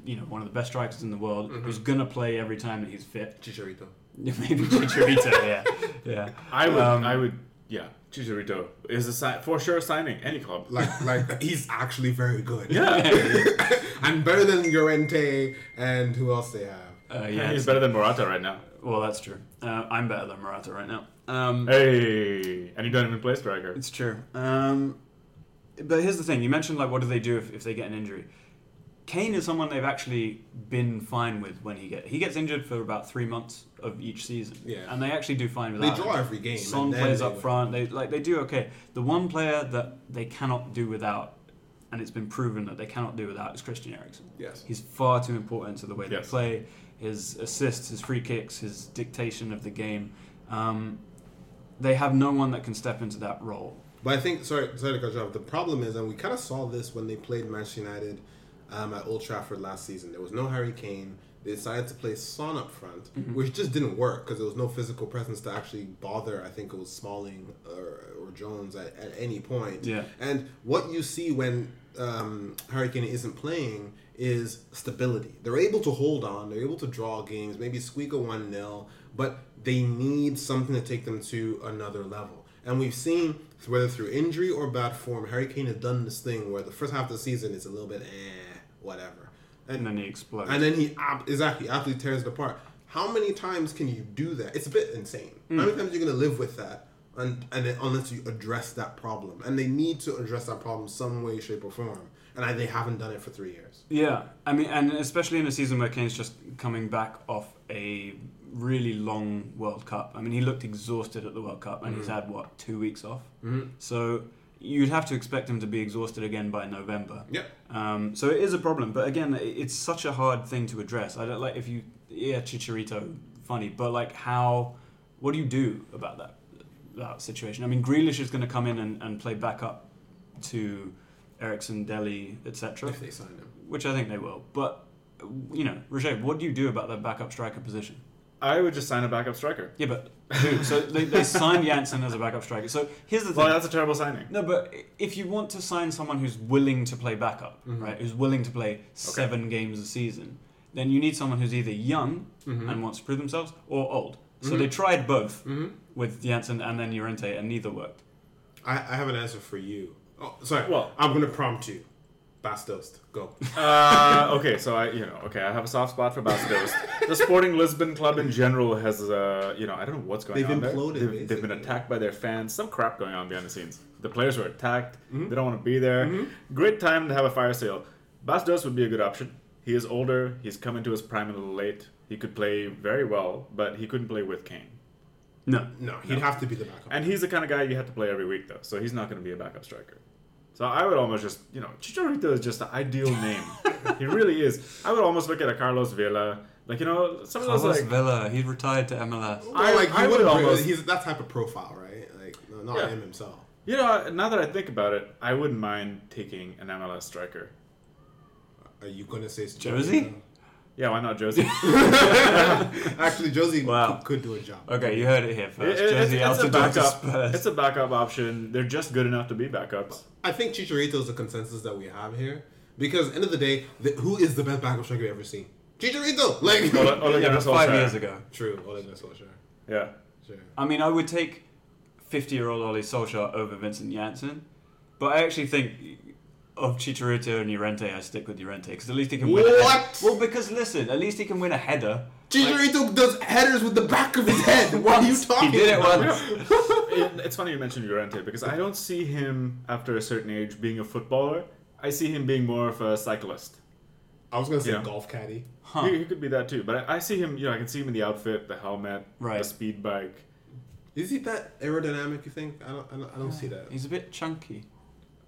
Speaker 1: you know, one of the best strikers in the world,
Speaker 3: Mm-hmm.
Speaker 1: who's going to play every time that he's fit?
Speaker 2: Chicharito.
Speaker 1: Maybe Chicharito. yeah, yeah.
Speaker 3: I would.
Speaker 1: Um,
Speaker 3: I would. Yeah, Chicharito is a si- for sure signing any club.
Speaker 2: Like, like he's actually very good.
Speaker 3: yeah,
Speaker 2: and better than Llorente and who else they have.
Speaker 1: Uh, yeah.
Speaker 3: yeah, he's better than Morata right now.
Speaker 1: Well, that's true. Uh, I'm better than Morata right now. Um,
Speaker 3: Hey, and you don't even play striker.
Speaker 1: It's true. Um, but here's the thing: you mentioned like, what do they do if, if they get an injury? Kane is someone they've actually been fine with when he get he gets injured for about three months of each season,
Speaker 2: Yeah.
Speaker 1: and they actually do fine
Speaker 2: They
Speaker 1: without.
Speaker 2: draw
Speaker 1: him.
Speaker 2: every game.
Speaker 1: Son
Speaker 2: and then
Speaker 1: plays
Speaker 2: they
Speaker 1: up
Speaker 2: win.
Speaker 1: front. They like they do okay. The one player that they cannot do without, and it's been proven that they cannot do without, is Christian Eriksen.
Speaker 2: Yes.
Speaker 1: He's far too important to the way
Speaker 3: Yes.
Speaker 1: they play. His assists, his free kicks, his dictation of the game. Um, they have no one that can step into that role.
Speaker 2: But I think, sorry, sorry to cut you off. The problem is, and we kind of saw this when they played Manchester United um, at Old Trafford last season. There was no Harry Kane. They decided to play Son up front,
Speaker 1: Mm-hmm.
Speaker 2: which just didn't work because there was no physical presence to actually bother. I think it was Smalling or, or Jones at, at any point.
Speaker 1: Yeah.
Speaker 2: And what you see when um, Harry Kane isn't playing is stability. They're able to hold on. They're able to draw games, maybe squeak a one 0 but they need something to take them to another level. And we've seen whether through injury or bad form, Harry Kane has done this thing where the first half of the season is a little bit eh, whatever,
Speaker 1: and then he explodes.
Speaker 2: and then he ab- exactly absolutely tears it apart. How many times can you do that? It's a bit insane.
Speaker 3: Hmm.
Speaker 2: How many times are you going to live with that? And, and then- unless you address that problem, and they need to address that problem some way, shape, or form, and I, they haven't done it for three years.
Speaker 1: yeah, I mean, and especially in a season where Kane's just coming back off a really long World Cup. I mean, he looked exhausted at the World Cup, and he's had what two weeks off.
Speaker 3: Mm-hmm.
Speaker 1: mm So you'd have to expect him to be exhausted again by November.
Speaker 2: Yep.
Speaker 1: Um, so it is a problem, but again, i- it's such a hard thing to address. I don't like if you yeah Chicharito, funny, but like how, what do you do about that that situation? I mean, Grealish is going to come in and, and play backup to Ericsson, Delhi, etc.
Speaker 2: If they sign him,
Speaker 1: which I think they will. But you know, Roger, what do you do about that backup striker position?
Speaker 3: I would just sign a backup striker.
Speaker 1: Yeah, but dude, so they, they signed Janssen as a backup striker. So here's the thing.
Speaker 3: Well, that's a terrible signing.
Speaker 1: no, but i- if you want to sign someone who's willing to play backup,
Speaker 3: Mm-hmm.
Speaker 1: right, who's willing to play seven games a season, then you need someone who's either young
Speaker 3: Mm-hmm.
Speaker 1: and wants to prove themselves or old. So they tried both with Janssen and then Llorente, and neither worked.
Speaker 2: I, I have an answer for you. Oh, sorry.
Speaker 3: Well-
Speaker 2: I'm going to prompt you. Bastos, go.
Speaker 3: Uh, okay, so I, you know, okay, I have a soft spot for Bastos. the Sporting Lisbon club in general has, uh, you know, I don't know what's going
Speaker 2: They've
Speaker 3: on. there.
Speaker 2: imploded,
Speaker 3: They've, they've been
Speaker 2: basically.
Speaker 3: attacked by their fans. Some crap going on behind the scenes. The players were attacked. They don't want to be there. Great time to have a fire sale. Bastos would be a good option. He is older. He's come into his prime a little late. He could play very well, but he couldn't play with Kane.
Speaker 1: No.
Speaker 2: No, he'd have to be the backup.
Speaker 3: And he's the kind of guy you have to play every week, though, so he's not going to be a backup striker. So I would almost just, you know, Chicharito is just the ideal name. he really is. I would almost look at a Carlos Vela, like you know, some of those
Speaker 1: Carlos
Speaker 3: like
Speaker 1: Villa, he retired to MLS.
Speaker 2: I,
Speaker 3: I-
Speaker 2: like
Speaker 3: I
Speaker 2: he
Speaker 3: would
Speaker 2: would
Speaker 3: almost-
Speaker 2: almost. He's that type of profile, right? Like no, not
Speaker 3: Yeah.
Speaker 2: him himself.
Speaker 3: you know. Now that I think about it, I wouldn't mind taking an MLS striker.
Speaker 2: Are you gonna say it's
Speaker 1: Josie?
Speaker 3: Yeah, why not Josie? It-
Speaker 2: Actually, Josie
Speaker 1: Wow.
Speaker 2: could, could do a job.
Speaker 1: Okay, you heard it here first.
Speaker 3: it-
Speaker 1: Josie
Speaker 3: it's, it's a
Speaker 1: Altidore to
Speaker 3: backup.
Speaker 1: Spurs.
Speaker 3: It's a backup option. They're just good enough to be backups.
Speaker 2: I think Chicharito is the consensus that we have here because end of the day, the, who is the best backup striker you've ever seen? Chicharito. Like
Speaker 3: Ole, Ole
Speaker 1: yeah,
Speaker 3: Gunnar
Speaker 1: but five
Speaker 3: Solskjaer.
Speaker 1: years ago.
Speaker 2: true, Ole Gunnar Solskjaer.
Speaker 3: Yeah.
Speaker 2: Sure.
Speaker 1: I mean, I would take 50 year old Ollie Solskjaer over Vincent Janssen, but I actually think of Chicharito and Llorente, I stick with Llorente because at least he can win. A header.
Speaker 2: What?
Speaker 1: Well, because listen, at least he can win a header.
Speaker 2: Chicharito does headers with the back of his head. What are you talking?
Speaker 1: He did it
Speaker 2: about?
Speaker 1: once.
Speaker 3: It- it's funny you mentioned Llorente because I don't see him after a certain age being a footballer. I see him being more of a cyclist.
Speaker 2: I was gonna say
Speaker 3: Yeah.
Speaker 2: golf caddy.
Speaker 1: Huh.
Speaker 3: He, he could be that too. But I, I see him. You know, I can see him in the outfit, the helmet,
Speaker 1: Right.
Speaker 3: the speed bike.
Speaker 2: Is he that aerodynamic? You think? I don't. I don't, I don't see that.
Speaker 1: He's a bit chunky.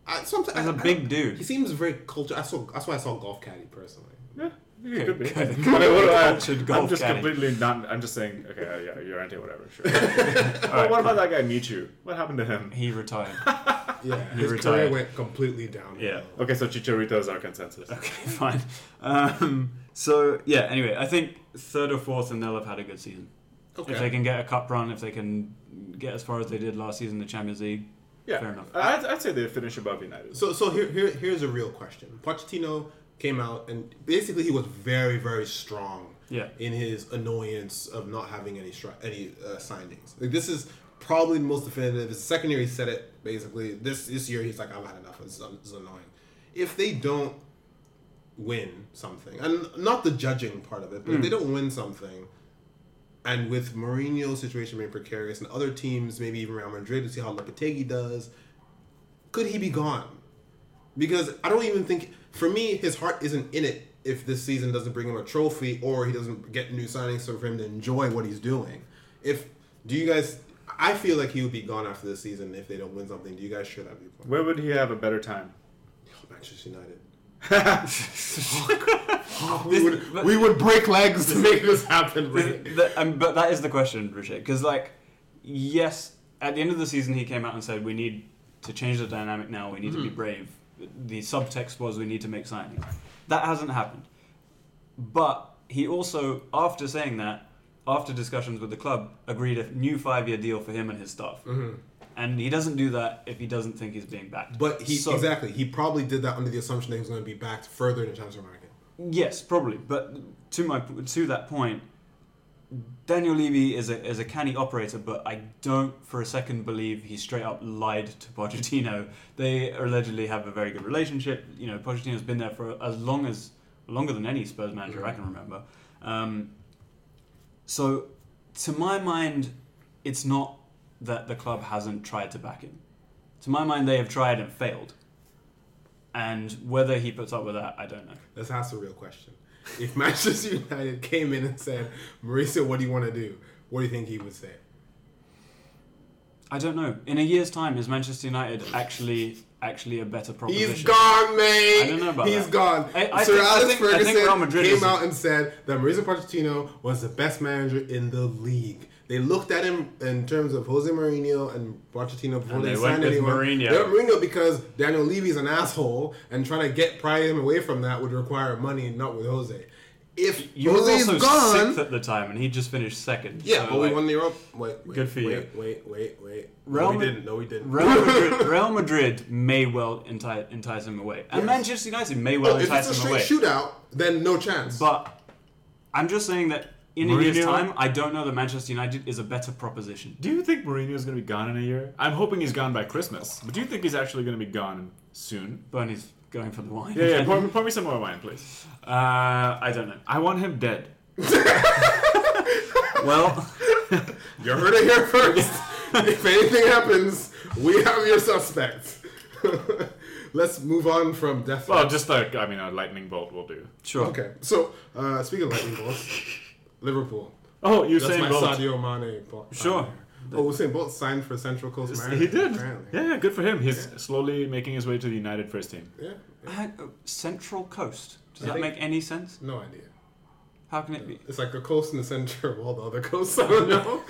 Speaker 2: I, sometimes
Speaker 1: He's a
Speaker 2: I- I
Speaker 1: big
Speaker 2: don't-
Speaker 1: dude.
Speaker 2: He seems very cultured. I saw. That's why I saw golf caddy personally.
Speaker 3: Yeah, he
Speaker 1: Good-
Speaker 3: could be.
Speaker 1: good-
Speaker 3: I mean,
Speaker 1: good
Speaker 3: what do I-
Speaker 1: cultured
Speaker 3: uh, I'm
Speaker 1: golf
Speaker 3: just
Speaker 1: caddy.
Speaker 3: completely not. I'm just saying. Okay, uh, yeah, you're anti whatever. Sure. But what about that guy Michu? What happened to him?
Speaker 1: He retired.
Speaker 2: Yeah,
Speaker 1: He
Speaker 2: his
Speaker 1: retired.
Speaker 2: career went completely down.
Speaker 1: Yeah.
Speaker 3: Okay, so Chicharito is our consensus.
Speaker 1: Okay, fine. Um, so yeah. Anyway, I think third or fourth, and they'll have had a good season if they
Speaker 2: Okay.
Speaker 1: can get a cup run. If they can get as far as they did last season, in the Champions League.
Speaker 3: Yeah,
Speaker 1: Fair enough.
Speaker 3: I- I'd, I'd say they finish above United.
Speaker 2: So so here, here here's a real question. Pochettino came out and basically he was very very strong.
Speaker 1: Yeah.
Speaker 2: In his annoyance of not having any stri- any uh, signings. Like this is probably the most definitive. His second year he said it basically. This this year he's like I've had enough. It's, it's annoying. If they don't win something, and not the judging part of it, but if they don't win something, and with Mourinho's situation being precarious and other teams, maybe even Real Madrid, to see how Lopetegui does, could he be gone? Because I don't even think, for me, his heart isn't in it if this season doesn't bring him a trophy or he doesn't get new signings so for him to enjoy what he's doing. If, do you guys, I feel like he would be gone after this season if they don't win something. Do you guys share that viewpoint?
Speaker 3: Where would he have a better time?
Speaker 2: Manchester United. Fuck. Fuck, We would, we would break legs to make this happen. Rick.
Speaker 1: Th- um, but that is the question, Richard. Because like, yes, at the end of the season, he came out and said we need to change the dynamic now. We need
Speaker 2: Mm-hmm.
Speaker 1: to be brave. The subtext was we need to make signings. That hasn't happened. But he also, after saying that, after discussions with the club, agreed a new five-year deal for him and his staff.
Speaker 2: Mm-hmm.
Speaker 1: And he doesn't do that if he doesn't think he's being backed.
Speaker 2: But he
Speaker 1: So-
Speaker 2: exactly he probably did that under the assumption that he was going to be backed further in the transfer market.
Speaker 1: Yes, probably. But to my to that point, Daniel Levy is a is a canny operator, but I don't for a second believe he straight up lied to Pochettino. They allegedly have a very good relationship. You know, Pochettino's been there for as long as longer than any Spurs manager I can remember. Um, so, to my mind, it's not that the club hasn't tried to back him. To my mind, they have tried and failed. And whether he puts up with that, I don't know.
Speaker 2: Let's ask the real question: If Manchester United came in and said, "Mauricio, what do you want to do?" What do you think he would say?
Speaker 1: I don't know. In a year's time, is Manchester United actually actually a better proposition?
Speaker 2: He's gone, mate.
Speaker 1: I don't know about
Speaker 2: He's
Speaker 1: that.
Speaker 2: gone.
Speaker 1: I- I
Speaker 2: Sir
Speaker 1: think- I
Speaker 2: Alex
Speaker 1: think- I think
Speaker 2: Ferguson
Speaker 1: Real Madrid
Speaker 2: came
Speaker 1: is-
Speaker 2: out and said that Mauricio Pochettino was the best manager in the league. They looked at him in terms of Jose Mourinho and Pochettino before
Speaker 1: And
Speaker 2: they,
Speaker 1: they went
Speaker 2: signed
Speaker 1: with
Speaker 2: anyone.
Speaker 1: Mourinho.
Speaker 2: They went Mourinho because Daniel Levy's an asshole, and trying to get pry him away from that would require money, not with Jose. If
Speaker 1: You were
Speaker 2: Jose's
Speaker 1: also
Speaker 2: gone,
Speaker 1: sixth at the time, and he just finished second.
Speaker 2: yeah,
Speaker 1: so,
Speaker 2: but
Speaker 1: like,
Speaker 2: we won the Europe. Wait, wait,
Speaker 1: Good for
Speaker 2: wait,
Speaker 1: you.
Speaker 2: Wait, wait, wait.
Speaker 1: Real
Speaker 2: no,
Speaker 1: Ma-
Speaker 2: we didn't. No, we didn't.
Speaker 1: Real Madrid, Real Madrid may well entice, entice him away, and Manchester United may well
Speaker 2: Oh, if
Speaker 1: entice
Speaker 2: it's a
Speaker 1: him away.
Speaker 2: straight shootout, then no chance.
Speaker 1: But I'm just saying that in a year's
Speaker 3: Mourinho-
Speaker 1: time, I don't know that Manchester United is a better proposition.
Speaker 3: Do you think Mourinho is going to be gone in a year? I'm hoping he's gone by Christmas. But do you think he's actually going to be gone soon?
Speaker 1: Bernie's going for the wine.
Speaker 3: Yeah, yeah.
Speaker 1: again.
Speaker 3: Pour, pour me some more wine, please.
Speaker 1: Uh, I don't know.
Speaker 3: I want him dead.
Speaker 1: Well,
Speaker 2: You heard it here first. if anything happens, we have your suspect. Let's move on from death.
Speaker 3: Well,
Speaker 2: threats.
Speaker 3: just like I mean, a lightning bolt will do.
Speaker 1: sure.
Speaker 2: okay. So uh, speaking of lightning bolts, Liverpool.
Speaker 3: Oh, you're
Speaker 2: That's
Speaker 3: saying
Speaker 2: my
Speaker 3: bolt.
Speaker 2: Sadio Mane. Bolt.
Speaker 1: Sure.
Speaker 2: Oh, Usain Bolt signed for Central Coast Mariners.
Speaker 3: He did.
Speaker 2: Apparently.
Speaker 3: Yeah, yeah, good for him. He's slowly making his way to the United first team.
Speaker 2: Yeah.
Speaker 1: I- uh, Central Coast. Does that
Speaker 2: think-
Speaker 1: make any sense?
Speaker 2: No idea.
Speaker 1: How can it be?
Speaker 2: It's like a coast in the center of all the other coasts. I don't know.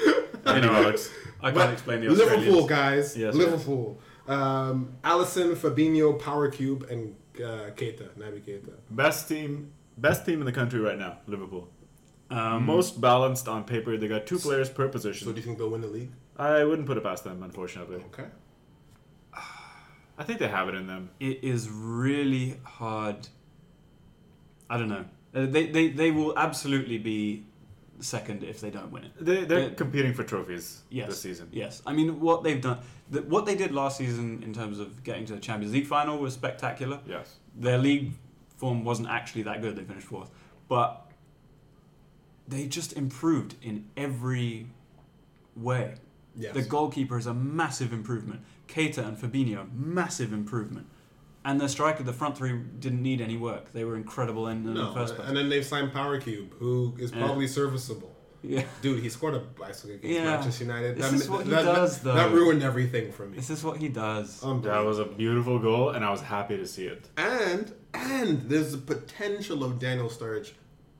Speaker 3: I know, Alex.
Speaker 1: I can't
Speaker 2: But
Speaker 1: explain the Australians.
Speaker 2: Liverpool guys.
Speaker 1: Yes,
Speaker 2: Liverpool. Um, Allison, Fabinho, Power Cube, and uh, Keita, Naby Keita.
Speaker 3: Best team, best team in the country right now. Liverpool. Uh,
Speaker 1: Um,
Speaker 3: Most balanced on paper. They got two players per position.
Speaker 2: So do you think they'll win the league?
Speaker 3: I wouldn't put it past them, unfortunately.
Speaker 2: Okay.
Speaker 3: I think they have it in them.
Speaker 1: it is really hard. I don't know. Uh, They, they, they will absolutely be second if they don't win it.
Speaker 3: They, they're
Speaker 1: Yeah.
Speaker 3: competing for trophies
Speaker 1: Yes.
Speaker 3: this season.
Speaker 1: Yes. I mean, what they've done, the, what they did last season in terms of getting to the Champions League final was spectacular.
Speaker 3: Yes.
Speaker 1: Their league form wasn't actually that good. They finished fourth. But they just improved in every way.
Speaker 2: Yes.
Speaker 1: The goalkeeper is a massive improvement. Keita and Fabinho, massive improvement. And their striker, the front three, didn't need any work. They were incredible in, in the
Speaker 2: No,
Speaker 1: first place.
Speaker 2: and then they've signed Power Cube, who is probably serviceable.
Speaker 1: Yeah.
Speaker 2: Dude, he scored a bicycle against
Speaker 1: Yeah.
Speaker 2: Manchester United.
Speaker 1: This
Speaker 2: That-
Speaker 1: is what he
Speaker 2: that-
Speaker 1: does,
Speaker 2: that,
Speaker 1: though.
Speaker 2: That ruined everything for me.
Speaker 1: This is what he does.
Speaker 3: That
Speaker 2: Unbelievable.
Speaker 3: was a beautiful goal, and I was happy to see it.
Speaker 2: And and there's the potential of Daniel Sturridge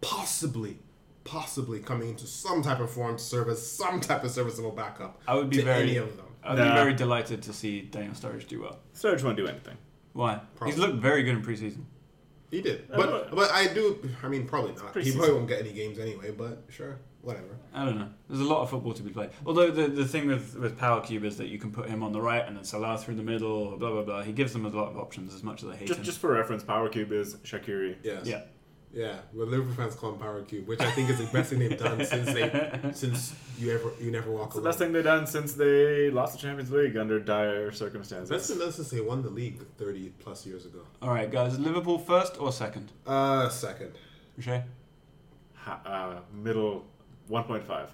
Speaker 2: possibly, possibly coming into some type of form to serve as some type of serviceable backup.
Speaker 1: I would be
Speaker 2: to
Speaker 1: very-
Speaker 2: any of them.
Speaker 1: I'd be
Speaker 3: Nah.
Speaker 1: very delighted to see Daniel Sturridge do well.
Speaker 3: Sturridge won't do anything.
Speaker 1: Why?
Speaker 2: Probably.
Speaker 1: He's looked very good in preseason.
Speaker 2: He did,
Speaker 3: I
Speaker 2: but
Speaker 3: don't-
Speaker 2: but I do. I mean, probably not. He
Speaker 3: Preseason.
Speaker 2: probably won't get any games anyway. But sure, whatever.
Speaker 1: I don't know. There's a lot of football to be played. Although the, the thing with, with Power Cube is that you can put him on the right and then Salah through the middle, or blah blah blah. He gives them a lot of options as much as I hate
Speaker 3: Just,
Speaker 1: him.
Speaker 3: just for reference, Power Cube is Shakiri.
Speaker 2: Yes.
Speaker 1: yeah.
Speaker 2: Yeah. Well, Liverpool fans call him Power Cube, which I think is the best thing they've done since they since you ever you never walk
Speaker 3: It's the
Speaker 2: alone.
Speaker 3: best thing they've done since they lost the Champions League under dire circumstances.
Speaker 2: That's enough since they won the league thirty plus years ago.
Speaker 1: All right, guys. Liverpool first or second?
Speaker 2: Uh, second.
Speaker 1: Richey?
Speaker 3: Ha- uh, middle 1.5.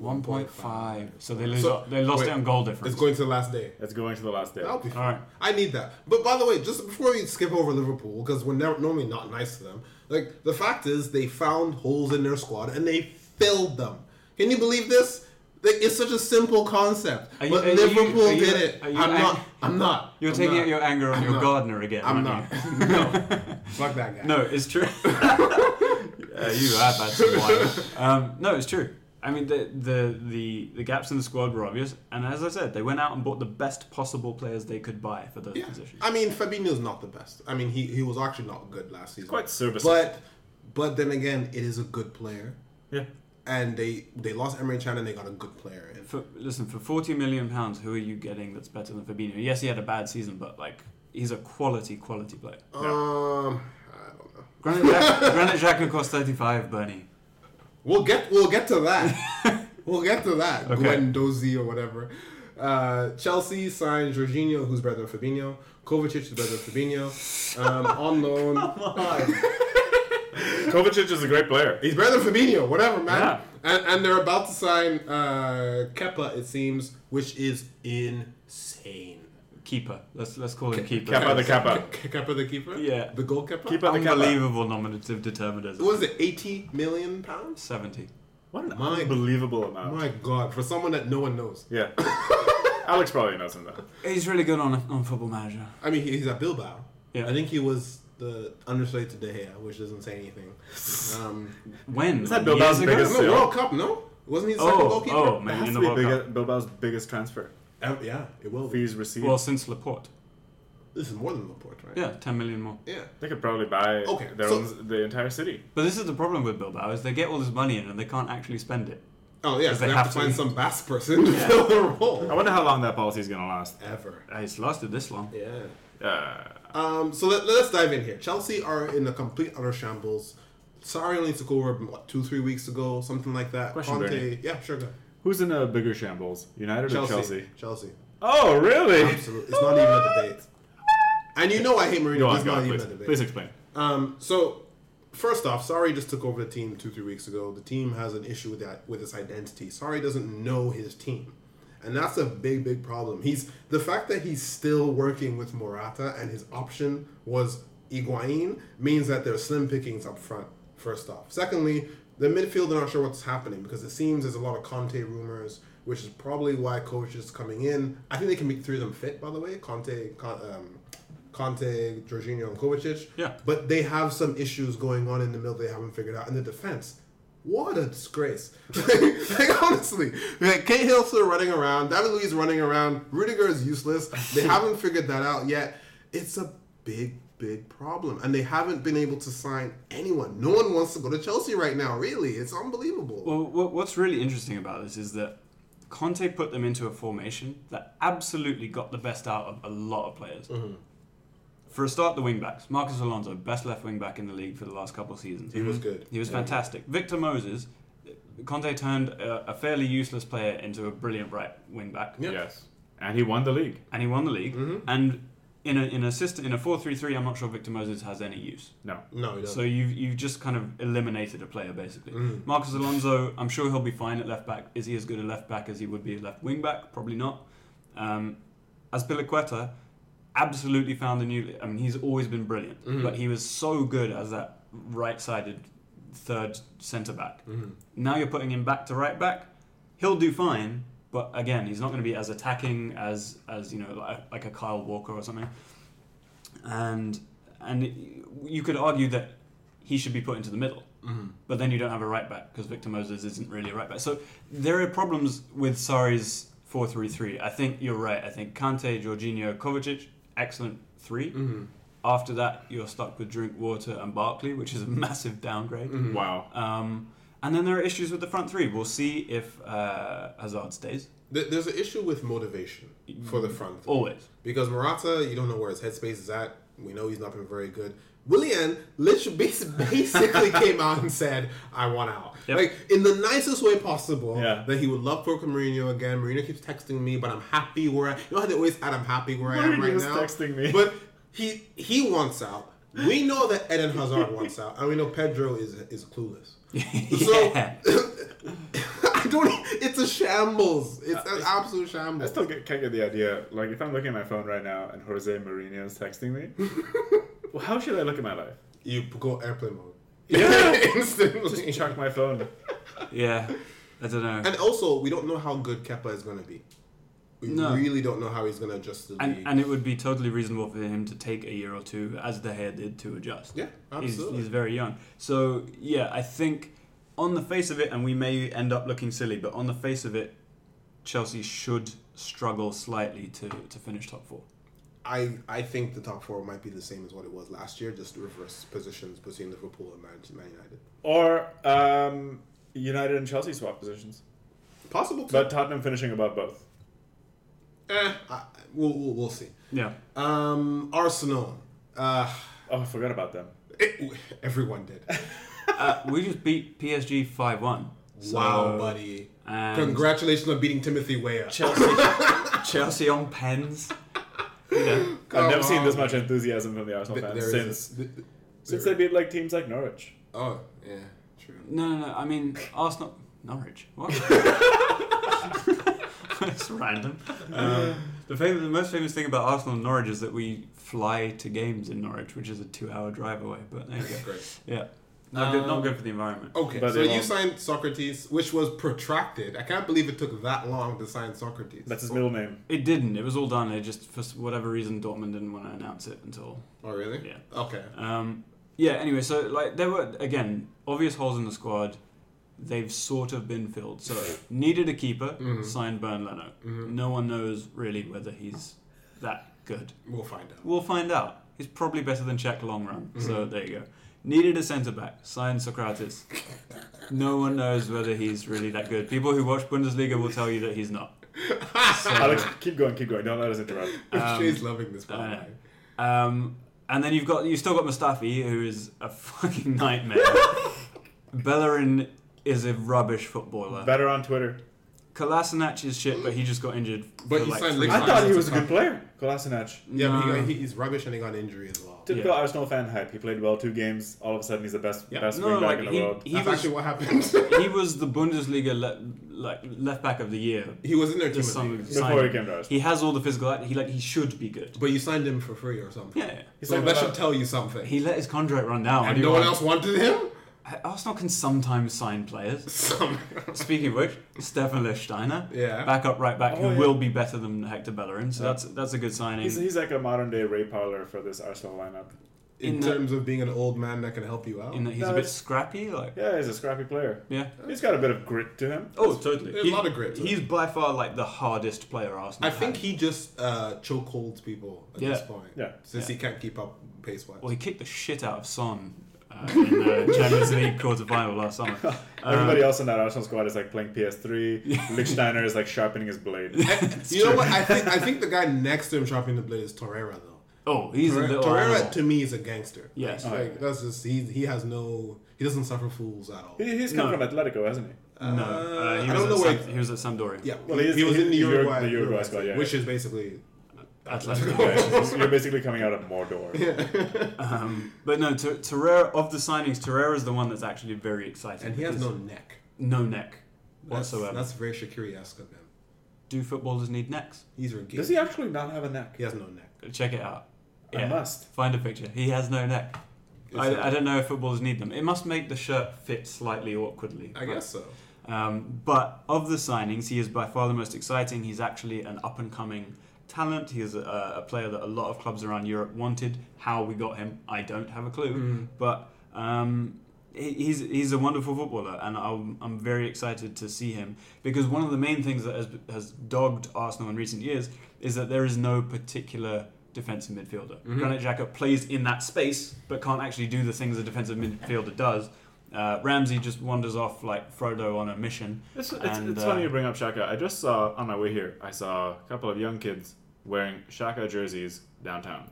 Speaker 1: 1.5. So they lose.
Speaker 2: So-
Speaker 1: they lost
Speaker 2: wait,
Speaker 1: it on goal difference.
Speaker 2: It's going to the last day.
Speaker 3: It's going to the last day.
Speaker 2: That'll be fun.
Speaker 1: All right.
Speaker 2: I need that. But by the way, just before we skip over Liverpool, because we're never, normally not nice to them, like the fact is they found holes in their squad and they filled them. Can you believe this? Like, it's such a simple concept,
Speaker 1: Are you-
Speaker 2: but
Speaker 1: are you-
Speaker 2: Liverpool
Speaker 1: are you-
Speaker 2: did it.
Speaker 1: are
Speaker 2: I'm
Speaker 1: you
Speaker 2: not.
Speaker 1: ang-
Speaker 2: I'm not.
Speaker 1: You're
Speaker 2: I'm
Speaker 1: taking
Speaker 2: not.
Speaker 1: out your anger on
Speaker 2: I'm
Speaker 1: your
Speaker 2: not.
Speaker 1: gardener again.
Speaker 2: I'm
Speaker 1: aren't
Speaker 2: not.
Speaker 1: you?
Speaker 2: no, fuck that guy.
Speaker 1: No, it's true. uh, you have had some wine. Um, no, it's true. I mean, the, the the the gaps in the squad were obvious, and as I said, they went out and bought the best possible players they could buy for those
Speaker 2: Yeah.
Speaker 1: positions.
Speaker 2: I mean, Fabinho's not the best. I mean, he, he was actually not good last season.
Speaker 3: quite serviceable.
Speaker 2: But but then again, it is a good player,
Speaker 3: yeah.
Speaker 2: and they they lost Emery Chan and they got a good player. in.
Speaker 1: For, listen, for forty million pounds, who are you getting that's better than Fabinho? Yes, he had a bad season, but like he's a quality quality player.
Speaker 2: Um, I don't know.
Speaker 1: Granit Xhaka- Granit Xhaka cost thirty five, Bernie.
Speaker 2: We'll get we'll get to that. we'll get to that.
Speaker 1: Okay.
Speaker 2: Gwen Dozy or whatever. Uh, Chelsea signed Jorginho, who's better than Fabinho. Kovacic is better than Fabinho. Um, on loan.
Speaker 3: Kovacic is a great player.
Speaker 2: He's better than Fabinho, whatever, man.
Speaker 3: Yeah.
Speaker 2: And, and they're about to sign uh, Kepa, it seems, which is insane.
Speaker 1: Keeper. Let's let's call him keeper.
Speaker 3: Kepa the Kappa.
Speaker 2: Ke- Kepa the keeper?
Speaker 1: Uh. Yeah.
Speaker 2: The goal Kepa?
Speaker 3: Kepa the Kappa.
Speaker 1: Unbelievable nominative determinism.
Speaker 2: What was it, 80 million pounds?
Speaker 1: Seventy.
Speaker 3: What an
Speaker 2: My-
Speaker 3: unbelievable amount.
Speaker 2: My God, for someone that no one knows.
Speaker 3: Yeah. Alex probably knows him, though.
Speaker 1: He's really good on on Football Manager.
Speaker 2: I mean, he's at Bilbao.
Speaker 1: Yeah.
Speaker 2: I think he was the understudy to De Gea, which doesn't say anything. Um,
Speaker 1: When?
Speaker 3: Is that
Speaker 1: Years
Speaker 3: Bilbao's
Speaker 1: ago?
Speaker 3: biggest-
Speaker 2: no,
Speaker 3: So-
Speaker 2: World Cup, no? Wasn't he the second
Speaker 1: Oh,
Speaker 2: goalkeeper?
Speaker 1: oh,
Speaker 3: That
Speaker 1: man.
Speaker 3: has
Speaker 1: in
Speaker 3: to
Speaker 1: the
Speaker 3: be
Speaker 1: World
Speaker 3: big-
Speaker 1: Cup.
Speaker 3: Bilbao's biggest transfer.
Speaker 2: Uh, yeah, it will be.
Speaker 3: Fees received.
Speaker 1: Well, since Laporte.
Speaker 2: This is more than Laporte, right?
Speaker 1: Yeah, 10 million more.
Speaker 2: Yeah.
Speaker 3: they could probably buy
Speaker 2: Okay,
Speaker 3: their
Speaker 2: so-
Speaker 3: own, the entire city.
Speaker 1: But this is the problem with Bilbao is they get all this money in and they can't actually spend it.
Speaker 2: Oh, yeah,
Speaker 1: 'Cause
Speaker 2: so
Speaker 1: they
Speaker 2: they
Speaker 1: have
Speaker 2: have
Speaker 1: to
Speaker 2: to find
Speaker 1: be-
Speaker 2: some bass person to fill the
Speaker 3: I
Speaker 2: role.
Speaker 3: wonder how long that policy is going to last.
Speaker 2: Ever.
Speaker 1: Uh, It's lasted this long.
Speaker 2: Yeah.
Speaker 3: Uh,
Speaker 2: Um, so let, us dive in here. Chelsea are in a complete utter shambles. Sorry, only took over what, two, three weeks ago, something like that.
Speaker 3: Question,
Speaker 2: Conte,
Speaker 3: Bernie.
Speaker 2: yeah, sure, go.
Speaker 3: who's in a bigger shambles? United
Speaker 2: Chelsea,
Speaker 3: or Chelsea?
Speaker 2: Chelsea,
Speaker 3: Oh, really?
Speaker 2: absolutely. It's not even a debate. And you know I hate
Speaker 3: Go
Speaker 2: Mourinho. but
Speaker 3: on,
Speaker 2: It's
Speaker 3: go
Speaker 2: not
Speaker 3: on,
Speaker 2: even
Speaker 3: please.
Speaker 2: a debate.
Speaker 3: Please explain.
Speaker 2: Um, so, first off, Sorry just took over the team two, three weeks ago. The team has an issue with that, with his identity. Sorry doesn't know his team, and that's a big, big problem. He's the fact that he's still working with Morata, and his option was Iguain, means that there's slim pickings up front. First off, secondly, the midfield are not sure what's happening because it seems there's a lot of Conte rumors. Which is probably why coach is coming in. I think they can make three of them fit. By the way, Conte, Con, um, Conte, Jorginho, and Kovacic.
Speaker 1: Yeah.
Speaker 2: But they have some issues going on in the middle they haven't figured out. And the defense, what a disgrace. like, honestly. Like, Kate Hill's still running around. David Luiz running around. Rudiger is useless. They haven't figured that out yet. It's a big, big problem. And they haven't been able to sign anyone. No one wants to go to Chelsea right now, really. It's unbelievable.
Speaker 1: Well, wha- what's really interesting about this is that Conte put them into a formation that absolutely got the best out of a lot of players.
Speaker 2: Mm-hmm.
Speaker 1: For a start, the wing backs. Marcus Alonso, best left wing back in the league for the last couple of seasons.
Speaker 2: He was good.
Speaker 1: He was fantastic. Victor Moses, Conte turned a, a fairly useless player into a brilliant right wing back.
Speaker 2: Yeah. Mm-hmm.
Speaker 3: Yes. And he won the league.
Speaker 1: and he won the league. And in a in a system in a four three three, I'm not sure Victor Moses has any use.
Speaker 3: No.
Speaker 2: no, he doesn't.
Speaker 1: So you've you've just kind of eliminated a player basically. Marcus Alonso, I'm sure he'll be fine at left back. Is he as good a left back as he would be a left wing back? Probably not. Um, as Piliqueta, absolutely found the new. I mean, he's always been brilliant, but he was so good as that right-sided third centre back. Now you're putting him back to right back. He'll do fine, but again, he's not going to be as attacking as as you know like, like a Kyle Walker or something. And and it- you could argue that he should be put into the middle, but then you don't have a right back because Victor Moses isn't really a right back. So there are problems with Sari's four three three. I think you're right. I think Kante, Jorginho, Kovacic, excellent 3 After that, you're stuck with Drinkwater and Barkley, which is a massive downgrade.
Speaker 2: Hmm.
Speaker 3: Wow.
Speaker 1: Um, and then there are issues with the front three. We'll see if uh, Hazard stays.
Speaker 2: There- There's an issue with motivation for the front three.
Speaker 1: Always.
Speaker 2: Because Morata, you don't know where his headspace is at. We know he's not been very good. Willian literally bas- basically came out and said, I want out.
Speaker 1: Yep.
Speaker 2: Like, in the nicest way possible,
Speaker 3: Yeah.
Speaker 2: that he would love Coco Mourinho again. Mourinho keeps texting me, but I'm happy where I... You know how they always add, I'm happy where I am right
Speaker 3: Mourinho's
Speaker 2: now?
Speaker 3: texting me.
Speaker 2: But he he wants out. We know that Eden Hazard wants out. And we know Pedro is, is clueless.
Speaker 1: yeah.
Speaker 2: I don't... e-, It's a shambles. It's an absolute
Speaker 3: I
Speaker 2: shambles.
Speaker 3: still get, can't get Uh, the idea. Like, if I'm looking at my phone right now and Jose Mourinho is texting me, well, how should I look at my life?
Speaker 2: You go airplane mode.
Speaker 3: Yeah.
Speaker 2: Instantly.
Speaker 3: Chuck my phone.
Speaker 1: yeah. I don't know.
Speaker 2: And also, we don't know how good Kepa is going to be. We
Speaker 1: No.
Speaker 2: really don't know how he's going to adjust to the
Speaker 1: And,
Speaker 2: league.
Speaker 1: and it would be totally reasonable for him to take a year or two, as De Gea did, to adjust.
Speaker 2: Yeah, absolutely.
Speaker 1: He's, he's very young. So, yeah, I think on the face of it, and we may end up looking silly, but on the face of it, Chelsea should struggle slightly to, to finish top four.
Speaker 2: I, I think the top four might be the same as what it was last year, just reverse positions between Liverpool and Man, Man United.
Speaker 3: Or um, United and Chelsea swap positions.
Speaker 2: Possible,
Speaker 3: But
Speaker 2: but
Speaker 3: Tottenham finishing above both.
Speaker 2: eh, I, we'll, we'll, we'll see.
Speaker 1: Yeah.
Speaker 2: Um, Arsenal. Uh,
Speaker 3: Oh, I forgot about them.
Speaker 2: it, everyone did.
Speaker 1: Uh, we just beat PSG 5 1.
Speaker 2: wow, buddy.
Speaker 1: And
Speaker 2: Congratulations on beating Timothy Weah.
Speaker 1: Chelsea, Chelsea on pens. You know.
Speaker 2: Come
Speaker 3: I've never seen this
Speaker 2: on.
Speaker 3: much enthusiasm from the Arsenal
Speaker 2: Th-
Speaker 3: fans
Speaker 2: there is
Speaker 3: since
Speaker 2: a- th- th-
Speaker 3: since they
Speaker 2: there-
Speaker 3: beat like teams like Norwich.
Speaker 2: Oh, yeah, true.
Speaker 1: No, no, no. I mean, Arsenal. Norwich. What? it's random. Um, the, famous, the most famous thing about Arsenal and Norwich is that we fly to games in Norwich, which is a two hour drive away. But there you go.
Speaker 2: Great.
Speaker 1: Yeah. Not, good, not
Speaker 2: Um,
Speaker 1: good for the environment.
Speaker 2: Okay,
Speaker 3: But
Speaker 2: so
Speaker 3: they
Speaker 2: you
Speaker 3: won't.
Speaker 2: signed Socrates, which was protracted. I can't believe it took that long to sign Socrates.
Speaker 3: That's his middle name.
Speaker 1: It didn't. It was all done. It just, for s- whatever reason, Dortmund didn't want to announce it until
Speaker 2: Oh, really?
Speaker 1: Yeah.
Speaker 2: Okay.
Speaker 1: Um, yeah. Anyway, so like there were again obvious holes in the squad. They've sort of been filled. So needed a keeper, signed Bern Leno. No one knows really whether he's that good.
Speaker 2: We'll find out.
Speaker 1: We'll find out. He's probably better than Czech long run. So there you go. Needed a centre back, signed Socrates. No one knows whether he's really that good. People who watch Bundesliga will tell you that he's not.
Speaker 2: Ah.
Speaker 3: Alex, keep going, keep going. Don't let us interrupt.
Speaker 1: Um,
Speaker 2: Shay's loving this, by the
Speaker 1: I
Speaker 2: way.
Speaker 1: know. Um, and then you've got you've still got Mustafi, who is a fucking nightmare. Bellerin is a rubbish footballer.
Speaker 3: Better on Twitter.
Speaker 1: Kolasinac is shit, but he just got injured.
Speaker 2: But
Speaker 1: for
Speaker 2: he
Speaker 1: like
Speaker 2: signed
Speaker 1: three
Speaker 2: Lingard.
Speaker 3: I
Speaker 1: months.
Speaker 3: thought he was a good player. Kolasinac.
Speaker 2: Yeah,
Speaker 1: No.
Speaker 2: but he, he's rubbish and he got an injury as well.
Speaker 3: Typical
Speaker 1: Yeah.
Speaker 3: Arsenal fan hype. He played well two games. All of a sudden, he's the best
Speaker 2: Yeah.
Speaker 3: best
Speaker 1: No,
Speaker 3: wing back
Speaker 1: like,
Speaker 3: in the
Speaker 1: he-
Speaker 3: world.
Speaker 1: he-
Speaker 2: That's
Speaker 1: was-
Speaker 2: actually what happened.
Speaker 1: he was the Bundesliga le- like left back of the year.
Speaker 2: he was in their team,
Speaker 1: This
Speaker 2: of the
Speaker 1: summer
Speaker 2: year.
Speaker 3: Before he came to us.
Speaker 1: He has all the physical. act- He like he should be good.
Speaker 2: but you signed him for free or something.
Speaker 1: Yeah, uh,
Speaker 3: He's
Speaker 2: so
Speaker 3: like
Speaker 2: that
Speaker 3: about-
Speaker 2: should tell you something.
Speaker 1: he let his contract run down. What do
Speaker 2: and
Speaker 1: you
Speaker 2: no one
Speaker 1: want?
Speaker 2: else wanted him.
Speaker 1: Arsenal can sometimes sign players.
Speaker 2: Some.
Speaker 1: Speaking of which, Stefan Lichtsteiner,
Speaker 2: Yeah.
Speaker 1: backup right back, who
Speaker 3: Oh, yeah.
Speaker 1: will be better than Hector Bellerin. So that's that's a good signing.
Speaker 3: He's, he's like a modern day Ray Parler for this Arsenal lineup.
Speaker 2: in
Speaker 1: In the-
Speaker 2: terms of being an old man that can help you out.
Speaker 1: in that he's a
Speaker 3: No,
Speaker 1: bit
Speaker 3: it's-
Speaker 1: scrappy, like
Speaker 3: Yeah, he's a scrappy player.
Speaker 1: yeah.
Speaker 3: He's got a bit of grit to him.
Speaker 1: Oh, totally.
Speaker 2: there's a lot of grit to
Speaker 1: He's by far like the hardest player Arsenal.
Speaker 2: I think
Speaker 1: had.
Speaker 2: he just uh, chokeholds people at
Speaker 1: Yeah.
Speaker 2: this point.
Speaker 3: Yeah.
Speaker 2: Since he can't keep up pace wise.
Speaker 1: Well, he kicked the shit out of Son uh, in the Champions League quarterfinal last summer.
Speaker 3: Everybody else in that Arsenal squad is like playing PS3. Lichtsteiner is like sharpening his blade.
Speaker 2: you know what? I think I think the guy next to him shopping the blade is Torreira though.
Speaker 1: Oh, he's a
Speaker 2: Torreira,
Speaker 1: little.
Speaker 2: Torreira
Speaker 1: animal.
Speaker 2: to me is a gangster.
Speaker 1: Yes.
Speaker 2: like that's just he. He has no. He doesn't suffer fools at all.
Speaker 3: He, he's come
Speaker 1: No.
Speaker 3: from Atletico, hasn't he?
Speaker 1: no, uh, he
Speaker 2: I
Speaker 1: was
Speaker 2: don't
Speaker 1: at
Speaker 2: know where-
Speaker 1: Sam- he was at Sampdoria.
Speaker 2: Yeah,
Speaker 3: Well,
Speaker 2: he,
Speaker 3: he is-
Speaker 2: he was in the
Speaker 3: he- Uruguay-
Speaker 2: Uruguay,
Speaker 3: the Uruguay
Speaker 2: Uruguay
Speaker 3: squad,
Speaker 2: team,
Speaker 3: yeah,
Speaker 2: which is basically
Speaker 1: Atletico.
Speaker 3: Okay, so you're basically coming out of Mordor.
Speaker 1: um, but no, Ter- Torreira of the signings, Torreira is the one that's actually very exciting.
Speaker 2: and he has
Speaker 1: because-
Speaker 2: no neck
Speaker 1: no neck
Speaker 2: That's-
Speaker 1: whatsoever.
Speaker 2: That's very Shakiri esque of him.
Speaker 1: do footballers need necks?
Speaker 2: He's ridiculous.
Speaker 3: Does he actually not have a neck?
Speaker 2: He has no neck.
Speaker 1: Check it out.
Speaker 3: I must.
Speaker 1: Find a picture. He has no neck. I, I don't know if footballers need them. It must make the shirt fit slightly awkwardly.
Speaker 2: I guess so.
Speaker 1: Um, but of the signings, he is by far the most exciting. He's actually an up and coming talent. He is a, a player that a lot of clubs around Europe wanted. How we got him, I don't have a clue. But um, he- he's he's a wonderful footballer, and I'm, I'm very excited to see him because one of the main things that has has dogged Arsenal in recent years is that there is no particular defensive midfielder. Granit Xhaka plays in that space, but can't actually do the things a defensive midfielder does. Uh, Ramsey just wanders off like Frodo on a mission.
Speaker 3: It's, it's,
Speaker 1: And,
Speaker 3: it's
Speaker 1: uh,
Speaker 3: funny you bring up Shaka. I just saw on my way here. I saw a couple of young kids wearing Shaka jerseys downtown.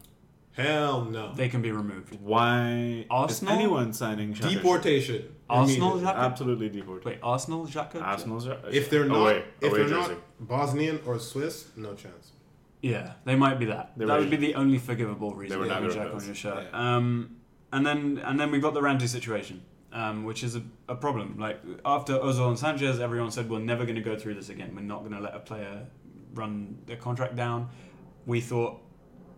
Speaker 2: Hell no.
Speaker 1: They can be removed.
Speaker 3: Why
Speaker 1: Arsenal?
Speaker 3: is anyone signing Shaka?
Speaker 2: Deportation.
Speaker 1: Arsenal
Speaker 2: Immediately.
Speaker 1: Xhaka?
Speaker 3: Absolutely deport.
Speaker 1: Wait, Arsenal Xhaka?
Speaker 3: Arsenal's
Speaker 2: If they're not,
Speaker 3: away,
Speaker 2: if
Speaker 3: away
Speaker 2: they're
Speaker 3: Oh, jersey.
Speaker 2: not Bosnian or Swiss, no chance.
Speaker 1: Yeah, they might be that.
Speaker 3: They
Speaker 1: that
Speaker 3: were-
Speaker 1: would be the only forgivable
Speaker 3: They
Speaker 1: reason
Speaker 3: were
Speaker 1: to have a
Speaker 3: neither of
Speaker 1: Jack on
Speaker 3: those.
Speaker 1: your shirt.
Speaker 2: Yeah.
Speaker 1: Um, and then and then we've got the Ramsey situation, um, which is a, a problem. Like after Ozil and Sanchez, everyone said we're never going to go through this again. We're not going to let a player run their contract down. We thought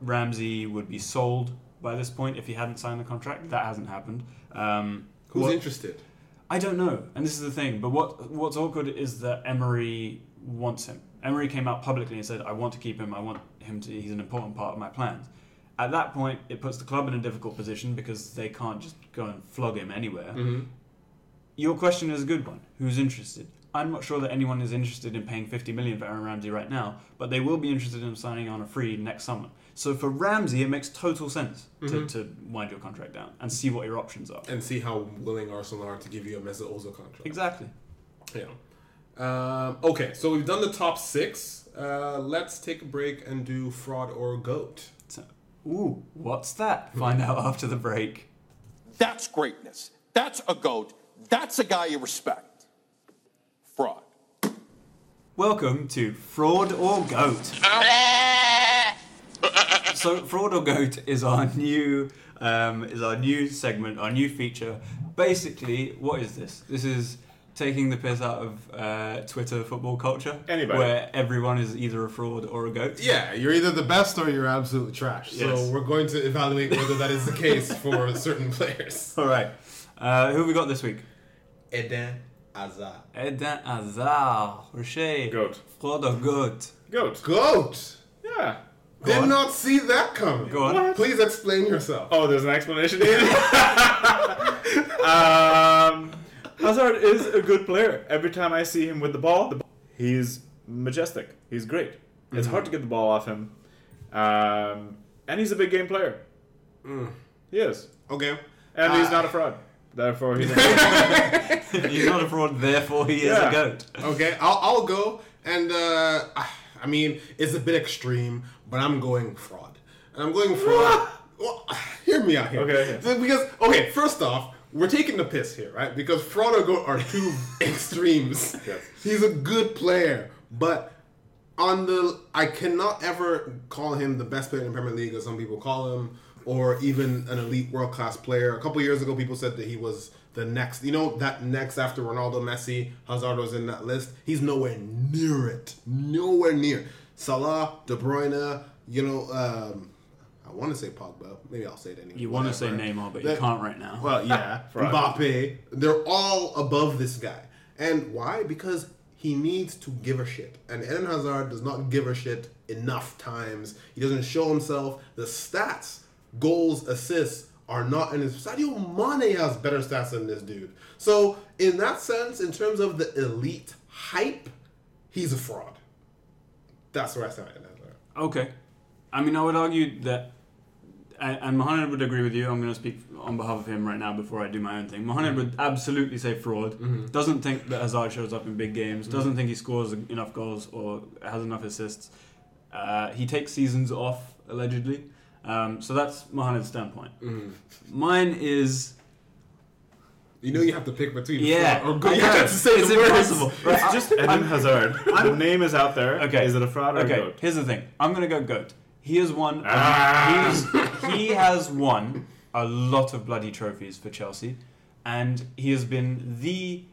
Speaker 1: Ramsey would be sold by this point if he hadn't signed the contract. That hasn't happened. Um,
Speaker 2: Who's
Speaker 1: what-
Speaker 2: interested?
Speaker 1: I don't know, and this is the thing. But what what's awkward is that Emery wants him. Emery came out publicly and said, "I want to keep him. I want him to. He's an important part of my plans." At that point, it puts the club in a difficult position because they can't just go and flog him anywhere.
Speaker 2: Mm.
Speaker 1: Your question is a good one. Who's interested? I'm not sure that anyone is interested in paying 50 million for Aaron Ramsey right now, but they will be interested in signing on a free next summer. So for Ramsey, it makes total sense to, to wind your contract down and see what your options are.
Speaker 2: And see how willing Arsenal are to give you a Mesut Ozil contract.
Speaker 1: Exactly.
Speaker 2: Yeah. Um, okay, so we've done the top six. Uh, let's take a break and do fraud or goat.
Speaker 1: So- Ooh, what's that? Find out after the break.
Speaker 4: That's greatness. That's a goat. That's a guy you respect. Fraud.
Speaker 1: Welcome to Fraud or Goat. so Fraud or Goat is our new um, is our new segment, our new feature. Basically, what is this? This is taking the piss out of uh, Twitter football culture,
Speaker 3: Anybody.
Speaker 1: where everyone is either a fraud or a goat.
Speaker 2: Yeah, you're either the best or you're absolute trash. So
Speaker 1: Yes.
Speaker 2: we're going to evaluate whether that is the case for certain players.
Speaker 1: All right. Uh, who have we got this week?
Speaker 2: Eden Azar.
Speaker 1: Eden Hazard, Rocher,
Speaker 3: Goat.
Speaker 1: Fraud or Goat.
Speaker 3: Goat.
Speaker 2: Goat!
Speaker 3: Yeah.
Speaker 2: Did
Speaker 1: on.
Speaker 2: not see that coming.
Speaker 1: Go on. What?
Speaker 2: Please explain yourself.
Speaker 3: Oh, there's an explanation here. um, Hazard is a good player. Every time I see him with the ball, the ball he's majestic. He's great. It's hard to get the ball off him, um, and he's a big game player.
Speaker 2: Mm.
Speaker 3: He is,
Speaker 2: Okay.
Speaker 3: and he's
Speaker 2: Uh,
Speaker 3: not a fraud. Therefore, he's a
Speaker 1: He's not a fraud, therefore he is
Speaker 3: Yeah.
Speaker 1: a goat.
Speaker 2: Okay, I'll, I'll go. And uh, I mean, it's a bit extreme, but I'm going fraud. And I'm going fraud. well, hear me out here.
Speaker 3: Okay, okay.
Speaker 2: Because, okay, first off, we're taking the piss here, right? Because fraud or goat are two extremes.
Speaker 3: Yes.
Speaker 2: He's a good player, but on the I cannot ever call him the best player in the Premier League, as some people call him, or even an elite world class player. A couple years ago, people said that he was the next. You know that next after Ronaldo, Messi, Hazard was in that list. He's nowhere near it. Nowhere near Salah, De Bruyne. You know, um, I want to say Pogba. Maybe I'll say it anyway.
Speaker 1: You want to say
Speaker 2: Whatever.
Speaker 1: Neymar, but you
Speaker 2: That-
Speaker 1: can't right now.
Speaker 2: well, yeah,
Speaker 3: Fraud.
Speaker 2: Mbappe. They're all above this guy. And why? Because he needs to give a shit. And Eden Hazard does not give a shit enough times. He doesn't show himself. The stats, goals, assists are not in his. Sadio Mane has better stats than this dude. So, in that sense, in terms of the elite hype, he's a fraud. That's where I stand on Eden Hazard.
Speaker 1: Okay. I mean, I would argue that, and and Mohamed would agree with you. I'm going to speak on behalf of him right now before I do my own thing. Mohamed would absolutely say fraud.
Speaker 2: Mm-hmm.
Speaker 1: Doesn't think that Hazard shows up in big games. Doesn't think he scores enough goals or has enough assists. Uh, he takes seasons off allegedly. Um, so that's Mohamed's standpoint.
Speaker 2: Mm-hmm.
Speaker 1: Mine is
Speaker 2: You know you have to pick between
Speaker 1: yeah.
Speaker 2: fraud or good.
Speaker 1: I
Speaker 2: You
Speaker 1: know.
Speaker 2: have to oh, say
Speaker 1: it's
Speaker 2: the words.
Speaker 1: impossible. Right, I-
Speaker 3: just Eden Hazard. the name is out there.
Speaker 1: Okay.
Speaker 3: Is it a fraud or a
Speaker 1: okay,
Speaker 3: goat?
Speaker 1: here's the thing. I'm gonna go goat. He has won.
Speaker 3: Ah.
Speaker 1: he's- he has won a lot of bloody trophies for Chelsea, and he has been the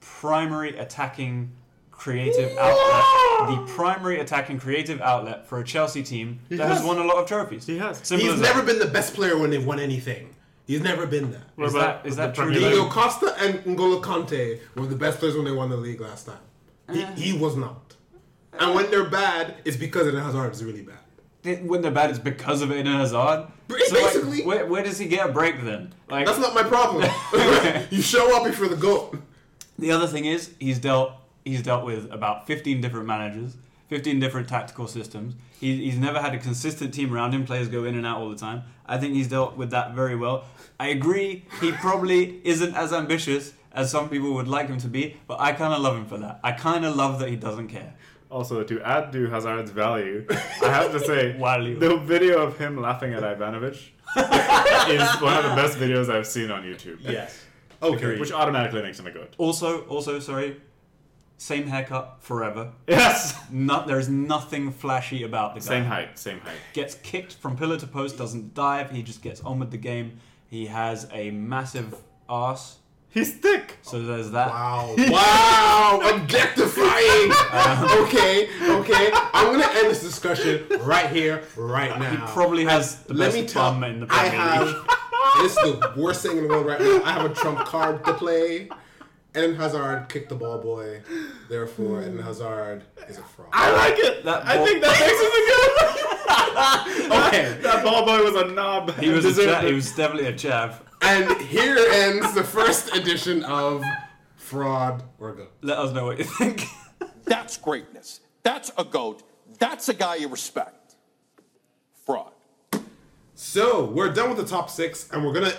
Speaker 1: primary attacking creative outlet the primary attacking creative outlet for a Chelsea team that has
Speaker 2: has.
Speaker 1: won a lot of trophies.
Speaker 3: He has.
Speaker 1: Simple
Speaker 2: He's
Speaker 1: as
Speaker 2: never
Speaker 1: that.
Speaker 2: been the best player when they've won anything. He's never been that.
Speaker 3: What
Speaker 1: Is
Speaker 3: about
Speaker 1: that- is
Speaker 3: the
Speaker 1: that
Speaker 3: Premier
Speaker 1: true?
Speaker 3: League?
Speaker 2: Diego Costa and N'Golo Kante were the best players when they won the league last time. He, he was not. And when they're bad, it's because Eden Hazard is really bad.
Speaker 1: They- When they're bad, it's because of Eden Hazard.
Speaker 2: Ba-
Speaker 1: like,
Speaker 2: basically.
Speaker 1: where, where does he get a break then? Like
Speaker 2: That's not my problem. you show up if you're the goat.
Speaker 1: The other thing is he's dealt he's dealt with about 15 different managers, 15 different tactical systems. He, he's never had a consistent team around him. Players go in and out all the time. I think he's dealt with that very well. I agree. He probably isn't as ambitious as some people would like him to be, but I kind of love him for that. I kind of love that he doesn't care.
Speaker 3: Also, to add to Hazard's value, I have to say,
Speaker 1: Value.
Speaker 3: the video of him laughing at Ivanovic is one of the best videos I've seen on YouTube.
Speaker 1: Yes.
Speaker 2: Okay.
Speaker 3: Which automatically makes him a goat.
Speaker 1: Also, also sorry. Same haircut forever.
Speaker 3: Yes!
Speaker 1: Not there is nothing flashy about the guy.
Speaker 3: Same height, same height.
Speaker 1: gets kicked from pillar to post, doesn't dive. He just gets on with the game. He has a massive ass,
Speaker 3: He's thick!
Speaker 1: so there's that.
Speaker 2: Wow. Wow. Objectifying. okay. Okay. I'm going to end this discussion right here, right now.
Speaker 1: He probably has the
Speaker 2: Let
Speaker 1: best
Speaker 2: me tell
Speaker 1: bum in the
Speaker 2: I
Speaker 1: Premier
Speaker 2: have.
Speaker 1: League.
Speaker 2: it's the worst thing in the world right now. I have a trump card to play. Eden Hazard kicked the ball boy. Therefore, Eden Hazard is a fraud.
Speaker 3: I like it!
Speaker 1: That
Speaker 3: I
Speaker 1: ball-
Speaker 3: think that makes him a goat!
Speaker 1: Okay.
Speaker 3: That ball boy was a knob.
Speaker 1: He was a
Speaker 3: Deserved
Speaker 1: cha-
Speaker 3: it.
Speaker 1: he was definitely a chav.
Speaker 2: And here ends the first edition of Fraud or Go.
Speaker 1: Let us know what you think.
Speaker 4: That's greatness. That's a goat. That's a guy you respect. Fraud.
Speaker 2: So we're done with the top six, and we're gonna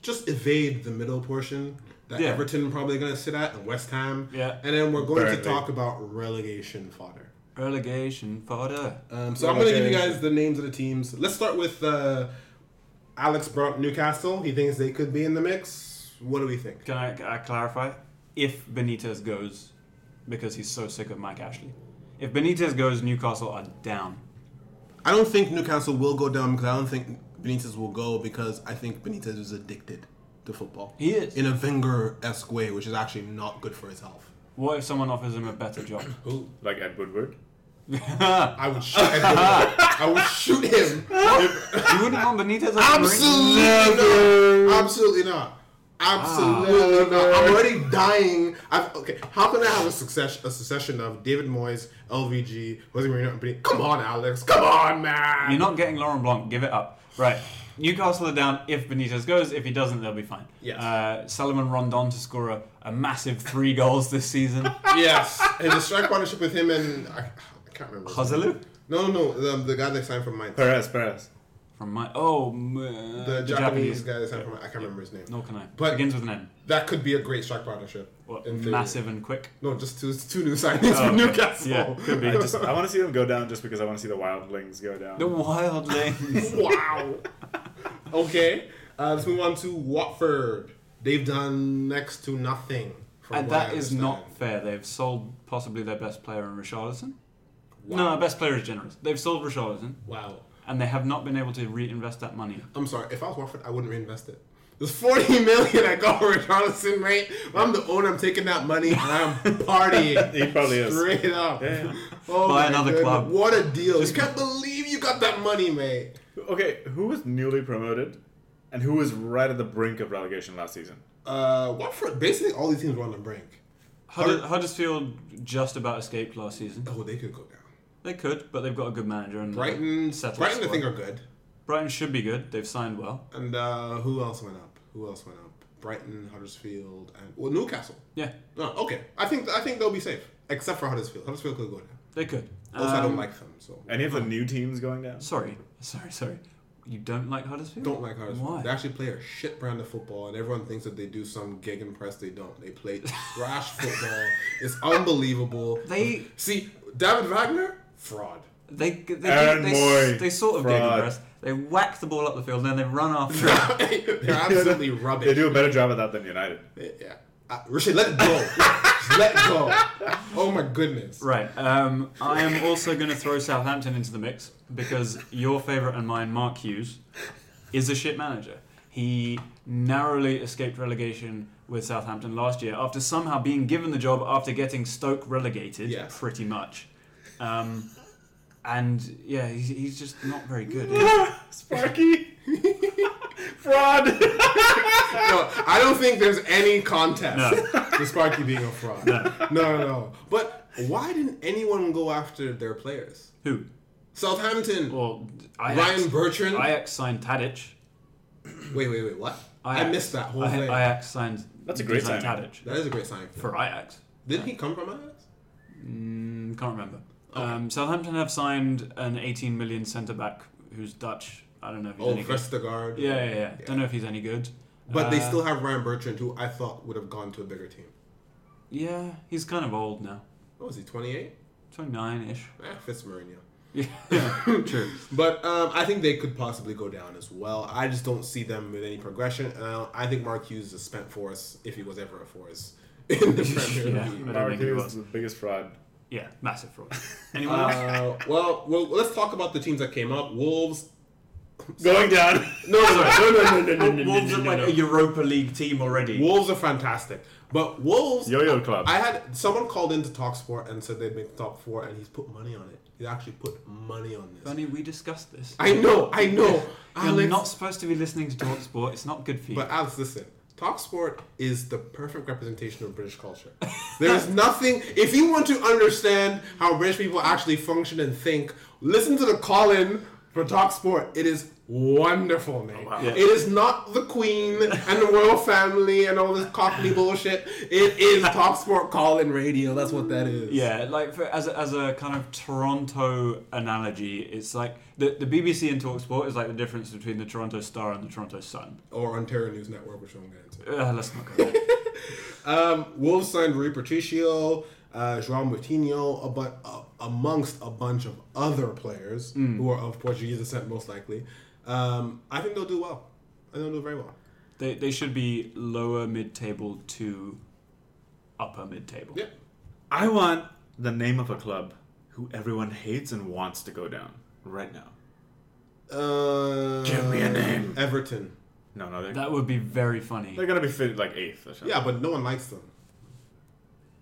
Speaker 2: just evade the middle portion that
Speaker 1: Yeah.
Speaker 2: Everton probably gonna sit at and West Ham.
Speaker 1: Yeah.
Speaker 2: And then we're going
Speaker 3: Burnley.
Speaker 2: to talk about relegation fodder.
Speaker 1: Relegation fodder.
Speaker 2: Um, so I'm gonna give you guys the names of the teams. Let's start with uh, Alex brought Newcastle. He thinks they could be in the mix. What do we think?
Speaker 1: Can I, can I clarify? If Benitez goes, because he's so sick of Mike Ashley. If Benitez goes, Newcastle are down.
Speaker 2: I don't think Newcastle will go down because I don't think Benitez will go because I think Benitez is addicted to football.
Speaker 1: He is.
Speaker 2: in a Wenger-esque way, which is actually not good for his health.
Speaker 1: What if someone offers him a better job?
Speaker 3: Like Ed Woodward.
Speaker 2: I would shoot him. I would shoot him.
Speaker 1: you wouldn't want Benitez. on the ring?
Speaker 2: Absolutely not. Absolutely not.
Speaker 1: Ah.
Speaker 2: Absolutely not. I'm already dying. I've, okay, how can I have a success a succession of David Moyes, LVG, Jose Mourinho, and Benitez? Come on, Alex. Come on, man.
Speaker 1: You're not getting Laurent Blanc. Give it up. Right. Newcastle are down if Benitez goes. If he doesn't, they'll be fine.
Speaker 2: Yes.
Speaker 1: Uh, Solomon Rondon to score a, a massive three goals this season.
Speaker 2: Yes, and the strike partnership with him and I, I can't remember. his name.
Speaker 1: Hazelu
Speaker 2: No, no, no. The, the guy that signed from Mainz.
Speaker 3: Perez, Perez.
Speaker 1: from my oh m- uh,
Speaker 2: The, Japanese, guy that signed from Mainz. I can't remember his name.
Speaker 1: Nor can I.
Speaker 2: But-
Speaker 1: Begins with an N.
Speaker 2: That could be a great strike partnership.
Speaker 1: What,
Speaker 2: in theory.
Speaker 1: massive and quick.
Speaker 2: No, just two two new signings from
Speaker 1: okay.
Speaker 2: Newcastle.
Speaker 1: Yeah, could
Speaker 3: I just I want to see them go down just because I want to see the wildlings go down.
Speaker 1: The Wildlings.
Speaker 2: wow. okay, uh, let's move on to Watford. They've done next to nothing. From
Speaker 1: and
Speaker 2: what I
Speaker 1: that is
Speaker 2: understand.
Speaker 1: not fair. They've sold possibly their best player in Richarlison. No, best player is generous. They've sold Richarlison,
Speaker 2: Wow.
Speaker 1: and they have not been able to reinvest that money.
Speaker 2: I'm sorry. If I was Watford, I wouldn't reinvest it. There's 40 million I got for Richarlison, mate. If I'm the owner, I'm taking that money and I'm partying.
Speaker 3: He probably is.
Speaker 2: Straight up.
Speaker 3: Yeah.
Speaker 2: Oh
Speaker 1: Buy
Speaker 2: my
Speaker 1: another
Speaker 2: goodness.
Speaker 1: club.
Speaker 2: What a deal. You can't believe you got that money, mate.
Speaker 3: Okay, who was newly promoted and who was right at the brink of relegation last season?
Speaker 2: Uh, Watford, basically all these teams were on the brink.
Speaker 1: Hudder- Huddersfield just about escaped last season.
Speaker 2: Oh, they could go down.
Speaker 1: They could, but they've got a good manager and
Speaker 2: Brighton,
Speaker 1: settled
Speaker 2: Brighton I
Speaker 1: squad.
Speaker 2: think are good.
Speaker 1: Brighton should be good. They've signed well.
Speaker 2: And uh, who else went up? Who else went up? Brighton, Huddersfield, and well, Newcastle.
Speaker 1: Yeah,
Speaker 2: No, okay. I think I think they'll be safe, except for Huddersfield. Huddersfield could go down.
Speaker 1: they could.
Speaker 2: Also, I don't
Speaker 1: Um,
Speaker 2: like them, so
Speaker 3: Any of the new teams going down?
Speaker 1: Sorry, sorry, sorry. You don't like Huddersfield?
Speaker 2: don't like Huddersfield.
Speaker 1: Why?
Speaker 2: They actually play a shit brand of football, and everyone thinks that they do some gig and press. They don't. They play trash football. It's unbelievable.
Speaker 1: They-
Speaker 2: see David Wagner fraud.
Speaker 1: they they, they,
Speaker 3: Aaron
Speaker 1: they,
Speaker 3: Moy,
Speaker 1: they sort of gave
Speaker 3: fraud.
Speaker 1: press. They whack the ball up the field and then they run after it.
Speaker 2: They're absolutely rubbish.
Speaker 3: They do a better job at that than United.
Speaker 2: Yeah. Uh, Rashid, let it go. Just let it go. Oh my goodness.
Speaker 1: Right. Um, I am also going to throw Southampton into the mix because your favourite and mine, Mark Hughes, is a shit manager. He narrowly escaped relegation with Southampton last year after somehow being given the job after getting Stoke relegated,
Speaker 2: Yes.
Speaker 1: pretty much. Um, and yeah, he's, he's just not very good.
Speaker 3: Sparky, fraud.
Speaker 2: no, I don't think there's any contest to Sparky being a fraud. No. no, no, But why didn't anyone go after their players?
Speaker 1: Who?
Speaker 2: Southampton.
Speaker 1: Well, Ajax,
Speaker 2: Ryan Bertrand.
Speaker 1: Ajax signed Tadic.
Speaker 2: wait, wait, wait. What? I
Speaker 1: Ajax-
Speaker 2: missed that whole
Speaker 1: Aj-
Speaker 2: thing.
Speaker 1: Ajax signed.
Speaker 3: That's a great
Speaker 1: signed
Speaker 3: signing.
Speaker 1: Tadic
Speaker 2: that is a great sign.
Speaker 1: for Ajax.
Speaker 2: Didn't he come from Ajax?
Speaker 1: Mm, can't remember.
Speaker 2: Oh.
Speaker 1: Um, Southampton have signed an 18 million centre back who's Dutch. I don't know if he's
Speaker 2: Oh,
Speaker 1: any good.
Speaker 2: Vestergaard.
Speaker 1: Yeah, yeah, yeah, Don't know if he's any good.
Speaker 2: But they
Speaker 1: Uh,
Speaker 2: still have Ryan Bertrand, who I thought would have gone to a bigger team.
Speaker 1: Yeah, he's kind of old now.
Speaker 2: What was he, 28?
Speaker 1: 29 ish.
Speaker 2: Eh, fits Mourinho.
Speaker 1: Yeah, true.
Speaker 2: But um, I think they could possibly go down as well. I just don't see them with any progression. And I, I think Mark Hughes is spent force if he was ever a force in the Premier
Speaker 1: Yeah.
Speaker 2: League.
Speaker 1: I don't
Speaker 3: Mark
Speaker 1: think he
Speaker 3: Hughes
Speaker 1: was.
Speaker 3: the biggest fraud.
Speaker 1: Yeah, massive fraud. Anyone else?
Speaker 2: Uh, well, well, let's talk about the teams that came up. Wolves.
Speaker 3: Going down.
Speaker 2: No, no, no, no, no, no, no, no,
Speaker 5: Wolves
Speaker 2: no,
Speaker 5: are
Speaker 2: no,
Speaker 5: like
Speaker 2: no.
Speaker 5: a Europa League team already.
Speaker 2: Wolves are fantastic, but Wolves.
Speaker 3: Yo-Yo Club.
Speaker 2: I had someone called into Talksport and said they'd make the top four, and he's put money on it. He actually put money on this.
Speaker 1: Bunny, we discussed this.
Speaker 2: I know, I know.
Speaker 1: You're
Speaker 2: Alex,
Speaker 1: not supposed to be listening to Talk Sport. It's not good for you.
Speaker 2: But Alex, listen. Talksport is the perfect representation of British culture. There is nothing. If you want to understand how British people actually function and think, listen to the call-in for Talksport. It is wonderful, mate. It is not the Queen and the royal family and all this cockney bullshit. It is Talksport call-in radio. That's what that is.
Speaker 1: yeah, like for, as, a, as a kind of Toronto analogy, it's like the, the BBC and Talk Sport is like the difference between the Toronto Star and the Toronto Sun.
Speaker 2: Or Ontario News Network, which I'm going to.
Speaker 1: Uh, let's not go there.
Speaker 2: Wolves signed Rui Patricio, uh, João Moutinho, a bu- uh, amongst a bunch of other players who are of Portuguese descent, most likely. Um, I think they'll do well. I think they'll do very well.
Speaker 1: They, they should be lower mid table to upper mid table.
Speaker 2: Yep.
Speaker 3: I want the name of a club who everyone hates and wants to go down right now.
Speaker 2: Uh,
Speaker 3: Give me a name.
Speaker 2: Everton.
Speaker 3: No, no, they're,
Speaker 1: That would be very funny.
Speaker 3: they're gonna be fit like eighth. Or something.
Speaker 2: Yeah, but no one likes them.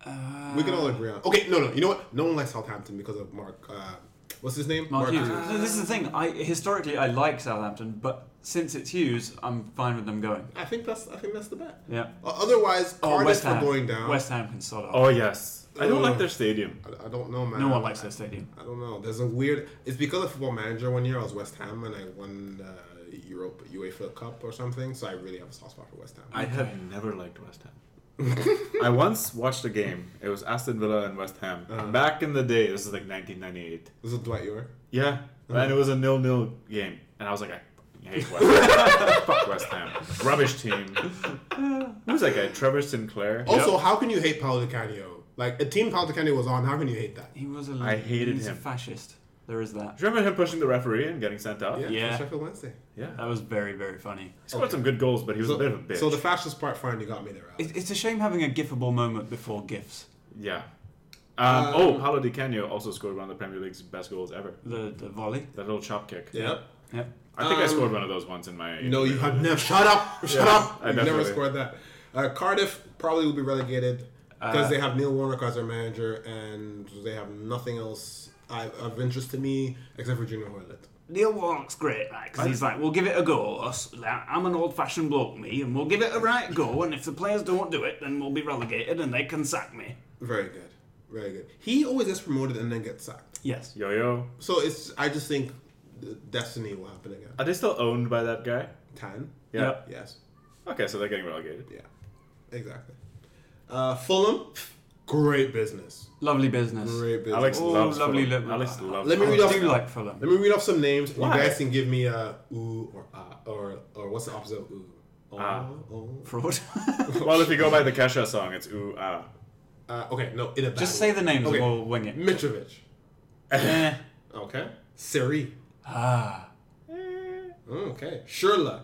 Speaker 1: Uh,
Speaker 2: we can all agree on. Okay, no, no. You know what? No one likes Southampton because of Mark. Uh, what's his name?
Speaker 1: Mark Hughes.
Speaker 2: Hughes.
Speaker 1: No, this is the thing. I historically I like Southampton, but since it's Hughes, I'm fine with them going.
Speaker 2: I think that's. I think that's the bet.
Speaker 1: Yeah.
Speaker 2: O- Otherwise,
Speaker 1: Oh, West
Speaker 2: Cardiff are
Speaker 1: Ham.
Speaker 2: going down.
Speaker 1: West Ham can sod off.
Speaker 3: Oh yes. I don't like their stadium.
Speaker 2: I, I don't know, man.
Speaker 1: no one likes their stadium.
Speaker 2: I don't know. There's a weird. It's because of Football Manager. One year I was West Ham and I won uh, Europe UEFA Cup or something. So I really have a soft spot for West Ham.
Speaker 3: I have never liked West Ham. I once watched a game. It was Aston Villa and West Ham.
Speaker 2: Uh-huh.
Speaker 3: Back in the day, this is like 1998.
Speaker 2: This is Dwight York.
Speaker 3: Yeah, and it was a nil-nil game, and I was like, I hate West Ham. Fuck West Ham, rubbish team. Who's that guy? Trevor Sinclair.
Speaker 2: Also, how can you hate Paolo Di Canio? Like a team Paolo Di Canio was on. How can you hate that?
Speaker 1: He was a
Speaker 3: I hated
Speaker 1: he's
Speaker 3: him.
Speaker 1: a fascist. There is that.
Speaker 3: Do you remember him pushing the referee and getting sent out?
Speaker 1: Yeah.
Speaker 2: for Sheffield Wednesday.
Speaker 3: yeah.
Speaker 1: That was very very funny.
Speaker 3: He scored some good goals, but he was a
Speaker 2: So,
Speaker 3: bit of a bitch.
Speaker 2: so the fascist part finally got me there. Alex.
Speaker 1: It, it's a shame having a gifable moment before gifs.
Speaker 3: yeah. Um, oh, Paulo Di Canio also scored one of the Premier League's best goals ever.
Speaker 1: The the volley.
Speaker 3: That little chop kick.
Speaker 2: Yep.
Speaker 1: Yep.
Speaker 3: I think I
Speaker 2: Um,
Speaker 3: scored one of those once in my.
Speaker 2: No, you have never. Shut up! Shut
Speaker 3: Yeah,
Speaker 2: up!
Speaker 3: I
Speaker 2: You've never
Speaker 3: definitely-
Speaker 2: scored that. Uh, Cardiff probably will be relegated
Speaker 3: Uh,
Speaker 2: because they have Neil Warnock as their manager and they have nothing else I, of interest to me except for Junior Hoylett.
Speaker 1: Neil Warnock's great because he's like, we'll give it a go. us- I'm an old-fashioned bloke, me, and we'll give it a right go. And if the players don't do it, then we'll be relegated, and they can sack me.
Speaker 2: Very good. Very good. He always gets promoted and then gets sacked.
Speaker 1: Yes.
Speaker 3: Yo yo.
Speaker 2: So it's I just think the destiny will happen again.
Speaker 3: Are they still owned by that guy?
Speaker 2: Tan?
Speaker 3: Yeah.
Speaker 1: Yep.
Speaker 2: Yes.
Speaker 3: Okay, so they're getting relegated.
Speaker 2: Yeah. Exactly. Uh, Fulham, great business.
Speaker 1: Lovely business.
Speaker 2: Great business.
Speaker 3: Alex
Speaker 1: Oh,
Speaker 3: loves
Speaker 1: lovely
Speaker 3: Fulham.
Speaker 1: look.
Speaker 3: Alex loves.
Speaker 2: Let me
Speaker 3: Fulham.
Speaker 2: read off.
Speaker 1: I do like Fulham.
Speaker 2: Let me read off some names.
Speaker 3: Why?
Speaker 2: You guys can give me a ooh or ah or or what's the opposite of ooh? Oh,
Speaker 3: Ah.
Speaker 2: oh.
Speaker 1: Fraud.
Speaker 3: Well, if you go by the Kesha song, it's ooh ah.
Speaker 2: Uh, okay, no, in a bad
Speaker 1: Just
Speaker 2: way.
Speaker 1: say the names
Speaker 2: Okay.
Speaker 1: and we'll wing it.
Speaker 2: Mitrovic.
Speaker 1: Eh.
Speaker 2: Okay. Siri.
Speaker 1: Ah.
Speaker 2: Okay. Shirla.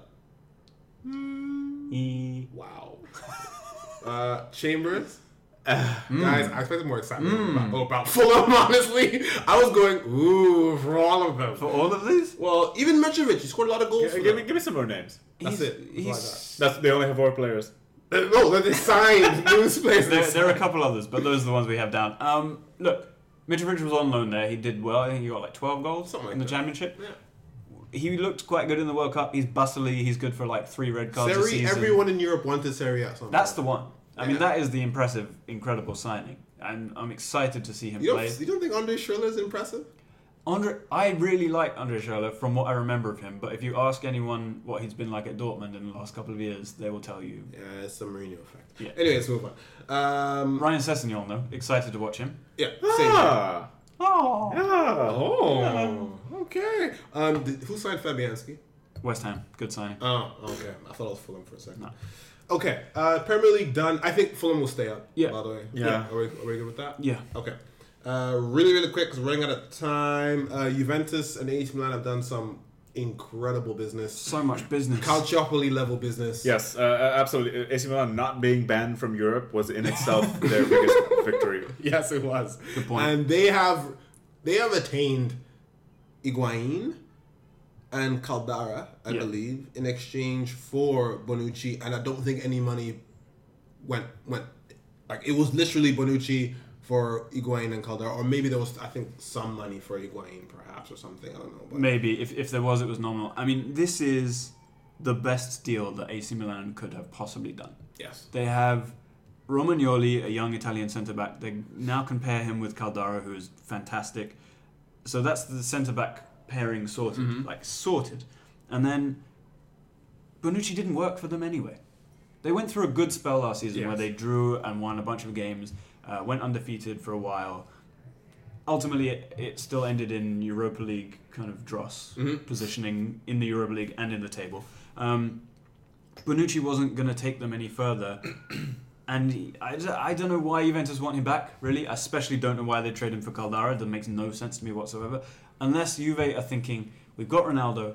Speaker 1: E.
Speaker 2: Wow. uh, Chambers.
Speaker 1: Mm.
Speaker 2: Guys, I expected more excitement about, oh, about Fulham. Honestly, I was going ooh for all of them.
Speaker 1: For all of these?
Speaker 2: well, even Mitrovic, he scored a lot of goals.
Speaker 3: Give
Speaker 2: for
Speaker 3: give me,
Speaker 2: them.
Speaker 3: give me some more names.
Speaker 2: That's
Speaker 1: he's,
Speaker 2: it. That's all I
Speaker 1: He's,
Speaker 3: That's they only have four players.
Speaker 2: Uh, No, they signed new players.
Speaker 1: there, there are a couple others, but those are the ones we have down. Um, look, Mitrovic was on loan there. He did well. I think he got like 12 goals
Speaker 2: Something like
Speaker 1: in the
Speaker 2: that.
Speaker 1: championship.
Speaker 2: Yeah.
Speaker 1: He looked quite good in the World Cup. He's bustly. He's good for like three red cards a
Speaker 2: Serie,
Speaker 1: season.
Speaker 2: everyone in Europe wanted Serie A. at some
Speaker 1: That's the
Speaker 2: point.
Speaker 1: one. I mean,
Speaker 2: Yeah.
Speaker 1: that is the impressive, incredible signing. And I'm excited to see him
Speaker 2: You
Speaker 1: play.
Speaker 2: don't, you don't think Andre Schiller is impressive?
Speaker 1: Andre, I really like Andre Schürrle from what I remember of him. But if you ask anyone what he's been like at Dortmund in the last couple of years, they will tell you.
Speaker 2: Yeah, it's the Mourinho effect.
Speaker 1: Yeah.
Speaker 2: Anyway, let's move on. Um,
Speaker 1: Ryan Sessegnon, though, excited to watch him.
Speaker 2: Yeah, same. here.
Speaker 3: Ah,
Speaker 1: Oh,
Speaker 3: ah, oh.
Speaker 2: Okay. Um, did, who signed Fabianski?
Speaker 1: West Ham, good signing.
Speaker 2: Oh, okay. I thought it was Fulham for a second. Okay. Uh, Premier League done. I think Fulham will stay up.
Speaker 1: Yeah.
Speaker 2: By the way.
Speaker 3: Yeah.
Speaker 2: Are we, are we good with that?
Speaker 1: Yeah.
Speaker 2: Okay. Uh, really, really quick because we're running out of time. Uh, Juventus and AC Milan have done some incredible business,
Speaker 1: So much business.
Speaker 2: Calciopoli level business.
Speaker 3: Yes, uh, uh, absolutely. AC Milan not being banned from Europe was in itself their biggest victory.
Speaker 2: Yes, it was. Good
Speaker 1: point.
Speaker 2: And they have they have attained Iguain and Caldara, I
Speaker 1: Yeah.
Speaker 2: believe, in exchange for Bonucci, and I don't think any money went went like it was literally Bonucci for Iguain and Caldara, or maybe there was I think some money for Iguain perhaps or something. I don't know. But
Speaker 1: Maybe if, if there was, it was nominal. I mean, this is the best deal that AC Milan could have possibly done.
Speaker 2: yes.
Speaker 1: They have Romagnoli, a young Italian centre back. They now compare him with Caldara, who is fantastic. So that's the centre back pairing sorted, like sorted. And then Bonucci didn't work for them anyway. They went through a good spell last season where
Speaker 3: Yes.
Speaker 1: they drew and won a bunch of games, uh, went undefeated for a while. Ultimately, it, it still ended in Europa League kind of dross positioning in the Europa League and in the table. Um, Bonucci wasn't going to take them any further. And he- I, d- I don't know why Juventus want him back, really. I especially don't know why they trade him for Caldara. That makes no sense to me whatsoever. Unless Juve are thinking, we've got Ronaldo,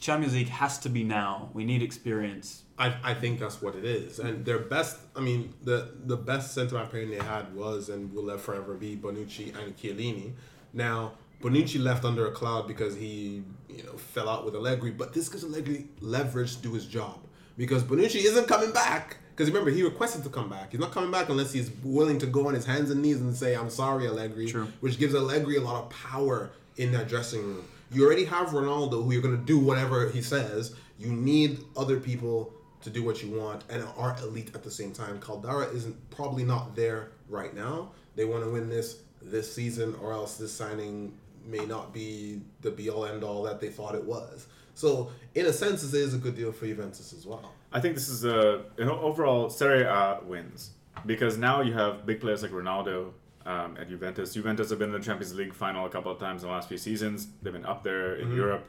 Speaker 1: Champions League has to be now. We need experience.
Speaker 2: I, I think that's what it is. And their best, I mean, the the best centre back pairing they had was and will ever forever be Bonucci and Chiellini. Now Bonucci left under a cloud because he you know fell out with Allegri, but this gives Allegri leverage to do his job because Bonucci isn't coming back. Because remember, he requested to come back. He's not coming back unless he's willing to go on his hands and knees and say, "I'm sorry, Allegri,"
Speaker 1: True.
Speaker 2: which gives Allegri a lot of power in that dressing room. You already have Ronaldo, who you're going to do whatever he says. You need other people to do what you want and are elite at the same time. Caldara isn't probably not there right now. They want to win this this season, or else this signing may not be the be all end all that they thought it was. So, in a sense, this is a good deal for Juventus as well.
Speaker 3: I think this is a an overall Serie A wins because now you have big players like Ronaldo um, at Juventus. Juventus have been in the Champions League final a couple of times in the last few seasons. They've been up there in Europe,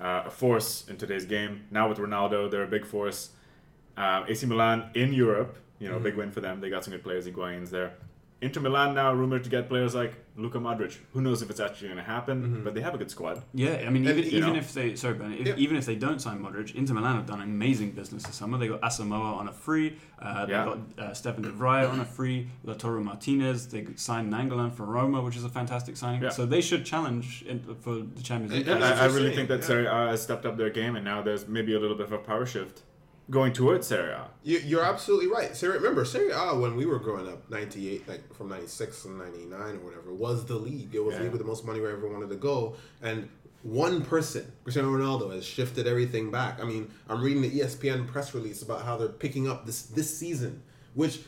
Speaker 3: uh, a force in today's game. Now with Ronaldo, they're a big force. Um, AC Milan in Europe, you know, big win for them. They got some good players, Higuain's there. Inter Milan now rumored to get players like Luka Modric. Who knows if it's actually going to happen? But they have a good squad.
Speaker 1: Yeah, I mean, even,
Speaker 2: you
Speaker 1: even
Speaker 3: know.
Speaker 1: if they sorry, Ben, if,
Speaker 2: Yeah.
Speaker 1: even if they don't sign Modric, Inter Milan have done amazing business this summer. They got Asamoah on a free. Uh, they
Speaker 3: Yeah.
Speaker 1: got uh, Stefan De Vrij on a free. Lautaro Martinez. They signed Nangolan for Roma, which is a fantastic signing.
Speaker 3: Yeah.
Speaker 1: So they should challenge in, for the Champions League.
Speaker 2: Yeah,
Speaker 3: And
Speaker 2: that's
Speaker 3: I, I
Speaker 2: what I'm
Speaker 3: really
Speaker 2: saying,
Speaker 3: think that
Speaker 2: yeah.
Speaker 3: Serie A has stepped up their game, and now there's maybe a little bit of a power shift going towards Serie A.
Speaker 2: You, you're absolutely right. Serie, remember, Serie A, when we were growing up, 98, like from 96 and 99 or whatever, was the league. It was the
Speaker 3: Yeah.
Speaker 2: league with the most money where everyone wanted to go. And one person, Cristiano Ronaldo, has shifted everything back. I mean, I'm reading the E ESPN press release about how they're picking up this, this season, which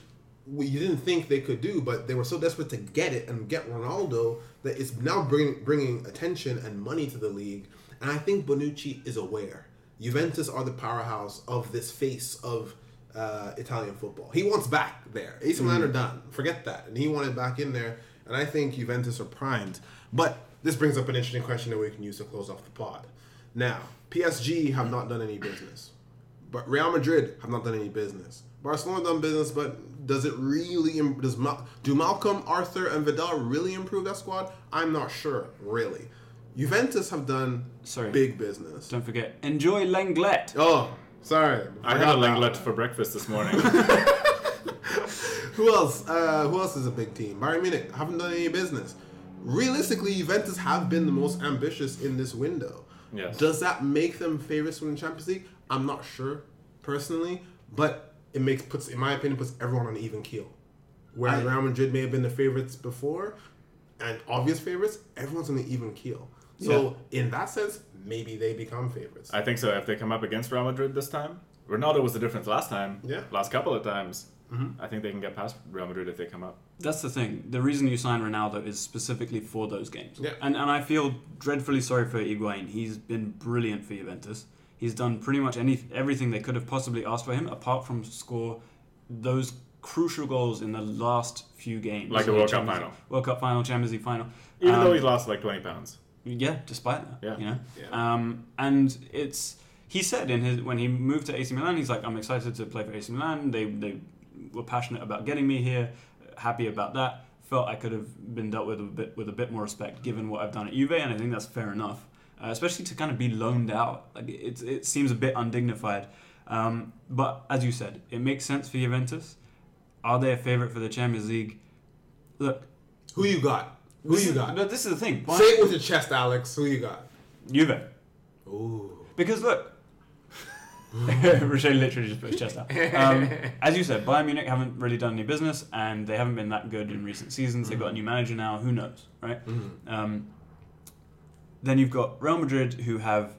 Speaker 2: we, you didn't think they could do, but they were so desperate to get it and get Ronaldo that it's now bring, bringing attention and money to the league. And I think Bonucci is aware. Juventus are the powerhouse of this face of uh, Italian football. He wants back there.
Speaker 3: Mm-hmm.
Speaker 2: AC Milan are done. Forget that. And he wanted back in there. And I think Juventus are primed. But this brings up an interesting question that we can use to close off the pod. Now, PSG have not done any business. But Real Madrid have not done any business. Barcelona done business, but does it really? im- Does Mal- do Malcolm, Arthur, and Vidal really improve that squad? I'm not sure, really. Juventus have done
Speaker 1: Sorry.
Speaker 2: big business.
Speaker 1: Don't forget, enjoy Lenglet.
Speaker 2: Oh, sorry.
Speaker 3: I had a
Speaker 2: Forgot that
Speaker 3: langlet
Speaker 2: one.
Speaker 3: for breakfast this morning.
Speaker 2: Who else? Uh, who else is a big team? Bayern Munich haven't done any business. Realistically, Juventus have been the most ambitious in this window.
Speaker 3: Yes.
Speaker 2: Does that make them favorites to win the Champions League? I'm not sure, personally, but it makes puts, in my opinion, puts everyone on an even keel. Whereas Real Madrid may have been the favorites before, and obvious favorites, everyone's on an even keel. So in that sense, maybe they become favorites.
Speaker 3: I think so. If they come up against Real Madrid this time, Ronaldo was the difference last time.
Speaker 2: Yeah.
Speaker 3: Last couple of times. I think they can get past Real Madrid if they come up.
Speaker 1: That's the thing. The reason you sign Ronaldo is specifically for those games.
Speaker 2: Yeah.
Speaker 1: And and I feel dreadfully sorry for Higuain. He's been brilliant for Juventus. He's done pretty much any everything they could have possibly asked for him, apart from score those crucial goals in the last few games,
Speaker 3: Like the World Cup
Speaker 1: Champions
Speaker 3: final.
Speaker 1: League- World Cup final, Champions League final.
Speaker 3: Even
Speaker 1: Um,
Speaker 3: though he lost like 20 pounds.
Speaker 1: yeah, despite that,
Speaker 3: Yeah.
Speaker 1: you know.
Speaker 2: Yeah.
Speaker 1: Um, and it's he said in his when he moved to AC Milan, he's like, I'm excited to play for AC Milan. They they were passionate about getting me here, happy about that. Felt I could have been dealt with a bit with a bit more respect given what I've done at Juve, and I think that's fair enough. Uh, especially to kind of be loaned out, like it, it seems a bit undignified. Um, but as you said, it makes sense for Juventus. Are they a favorite for the Champions League? Look,
Speaker 2: Who you got? Who you got?
Speaker 1: but this is the thing.
Speaker 2: Say it with your chest, Alex. Who you got?
Speaker 1: Juve.
Speaker 2: Ooh.
Speaker 1: Because look, Rochelle literally just put his chest out. Um, as you said, Bayern Munich haven't really done any business, and they haven't been that good in recent seasons. They've got a new manager now. Who knows, right? Um, then you've got Real Madrid, who have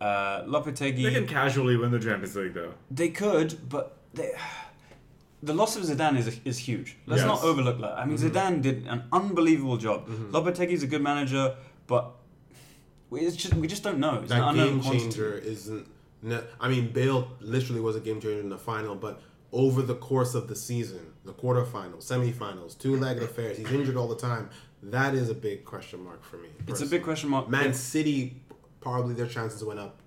Speaker 1: uh, Lopetegui.
Speaker 3: They can casually win the Champions League though.
Speaker 1: They could, but they, the loss of Zidane is is huge. Let's
Speaker 3: Yes.
Speaker 1: not overlook that. I mean,
Speaker 2: Mm-hmm.
Speaker 1: Zidane did an unbelievable job. Lopetegui's a good manager, but we, it's just, we just don't know. It's
Speaker 2: That
Speaker 1: an unknown
Speaker 2: game
Speaker 1: quantity.
Speaker 2: changer isn't. ne- I mean, Bale literally was a game changer in the final, but over the course of the season, the quarterfinals, semifinals, two legged affairs, he's injured all the time. That is a big question mark for me.
Speaker 1: It's a big question mark.
Speaker 2: Man City, probably their chances went up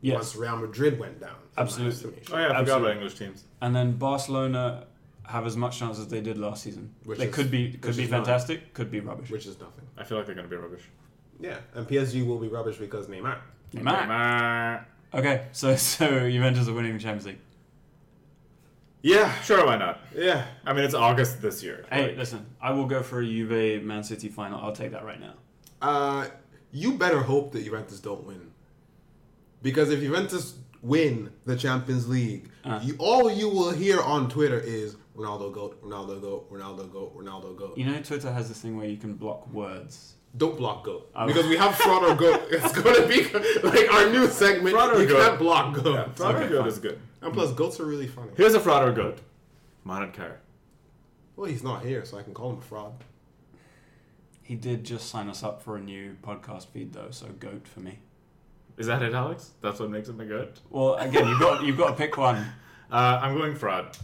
Speaker 1: Yes.
Speaker 2: once Real Madrid went down. in my
Speaker 1: Absolutely.
Speaker 2: estimation.
Speaker 3: Oh yeah, I forgot
Speaker 1: Absolutely.
Speaker 3: about English teams.
Speaker 1: and then Barcelona have as much chance as they did last season.
Speaker 2: Which
Speaker 1: they
Speaker 2: is-
Speaker 1: could be
Speaker 2: which
Speaker 1: could be
Speaker 2: is not-
Speaker 1: fantastic, could be rubbish.
Speaker 2: Which is nothing.
Speaker 3: I feel like they're gonna be rubbish.
Speaker 2: Yeah, and PSG will be rubbish because Neymar.
Speaker 1: Neymar.
Speaker 3: Meh.
Speaker 1: Okay, so so Juventus are winning the Champions League.
Speaker 2: Yeah,
Speaker 3: Sure, why not?
Speaker 2: yeah.
Speaker 3: I mean, it's August this year.
Speaker 1: Hey,
Speaker 3: Like,
Speaker 1: listen, I will go for a Juve Man City final. I'll take that right now.
Speaker 2: Uh, you better hope that Juventus don't win, because if Juventus win the Champions League,
Speaker 3: Uh.
Speaker 2: you, all you will hear on Twitter is Ronaldo goat, Ronaldo goat, Ronaldo goat, Ronaldo goat.
Speaker 1: You know, Twitter has this thing where you can block words.
Speaker 2: Don't block goat
Speaker 3: Oh.
Speaker 2: because we have fraud or goat. It's going to be like our new segment.
Speaker 3: Fraud or
Speaker 2: you
Speaker 3: goat.
Speaker 2: can't block goat.
Speaker 3: Fraud or
Speaker 1: Okay,
Speaker 3: goat
Speaker 1: fine.
Speaker 3: is good.
Speaker 2: And plus, goats are really funny.
Speaker 3: Here's a fraud or goat. Manet Kar.
Speaker 2: Well, he's not here, so I can call him a fraud.
Speaker 1: He did just sign us up for a new podcast feed, though, so goat for me.
Speaker 3: Is that it, Alex? That's what makes him a goat.
Speaker 1: Well, again, you've got you've got to pick one.
Speaker 3: Uh, I'm going fraud.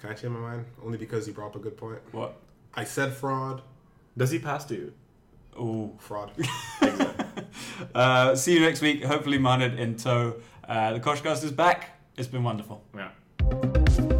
Speaker 2: Can I change my mind? Only because you brought up a good point.
Speaker 1: What?
Speaker 2: I said fraud.
Speaker 3: Does he pass to you?
Speaker 1: Ooh.
Speaker 2: Fraud.
Speaker 1: Uh, see you next week. Hopefully, Mahnad in tow. Uh, the Koshcast is back. It's been wonderful.
Speaker 3: Yeah.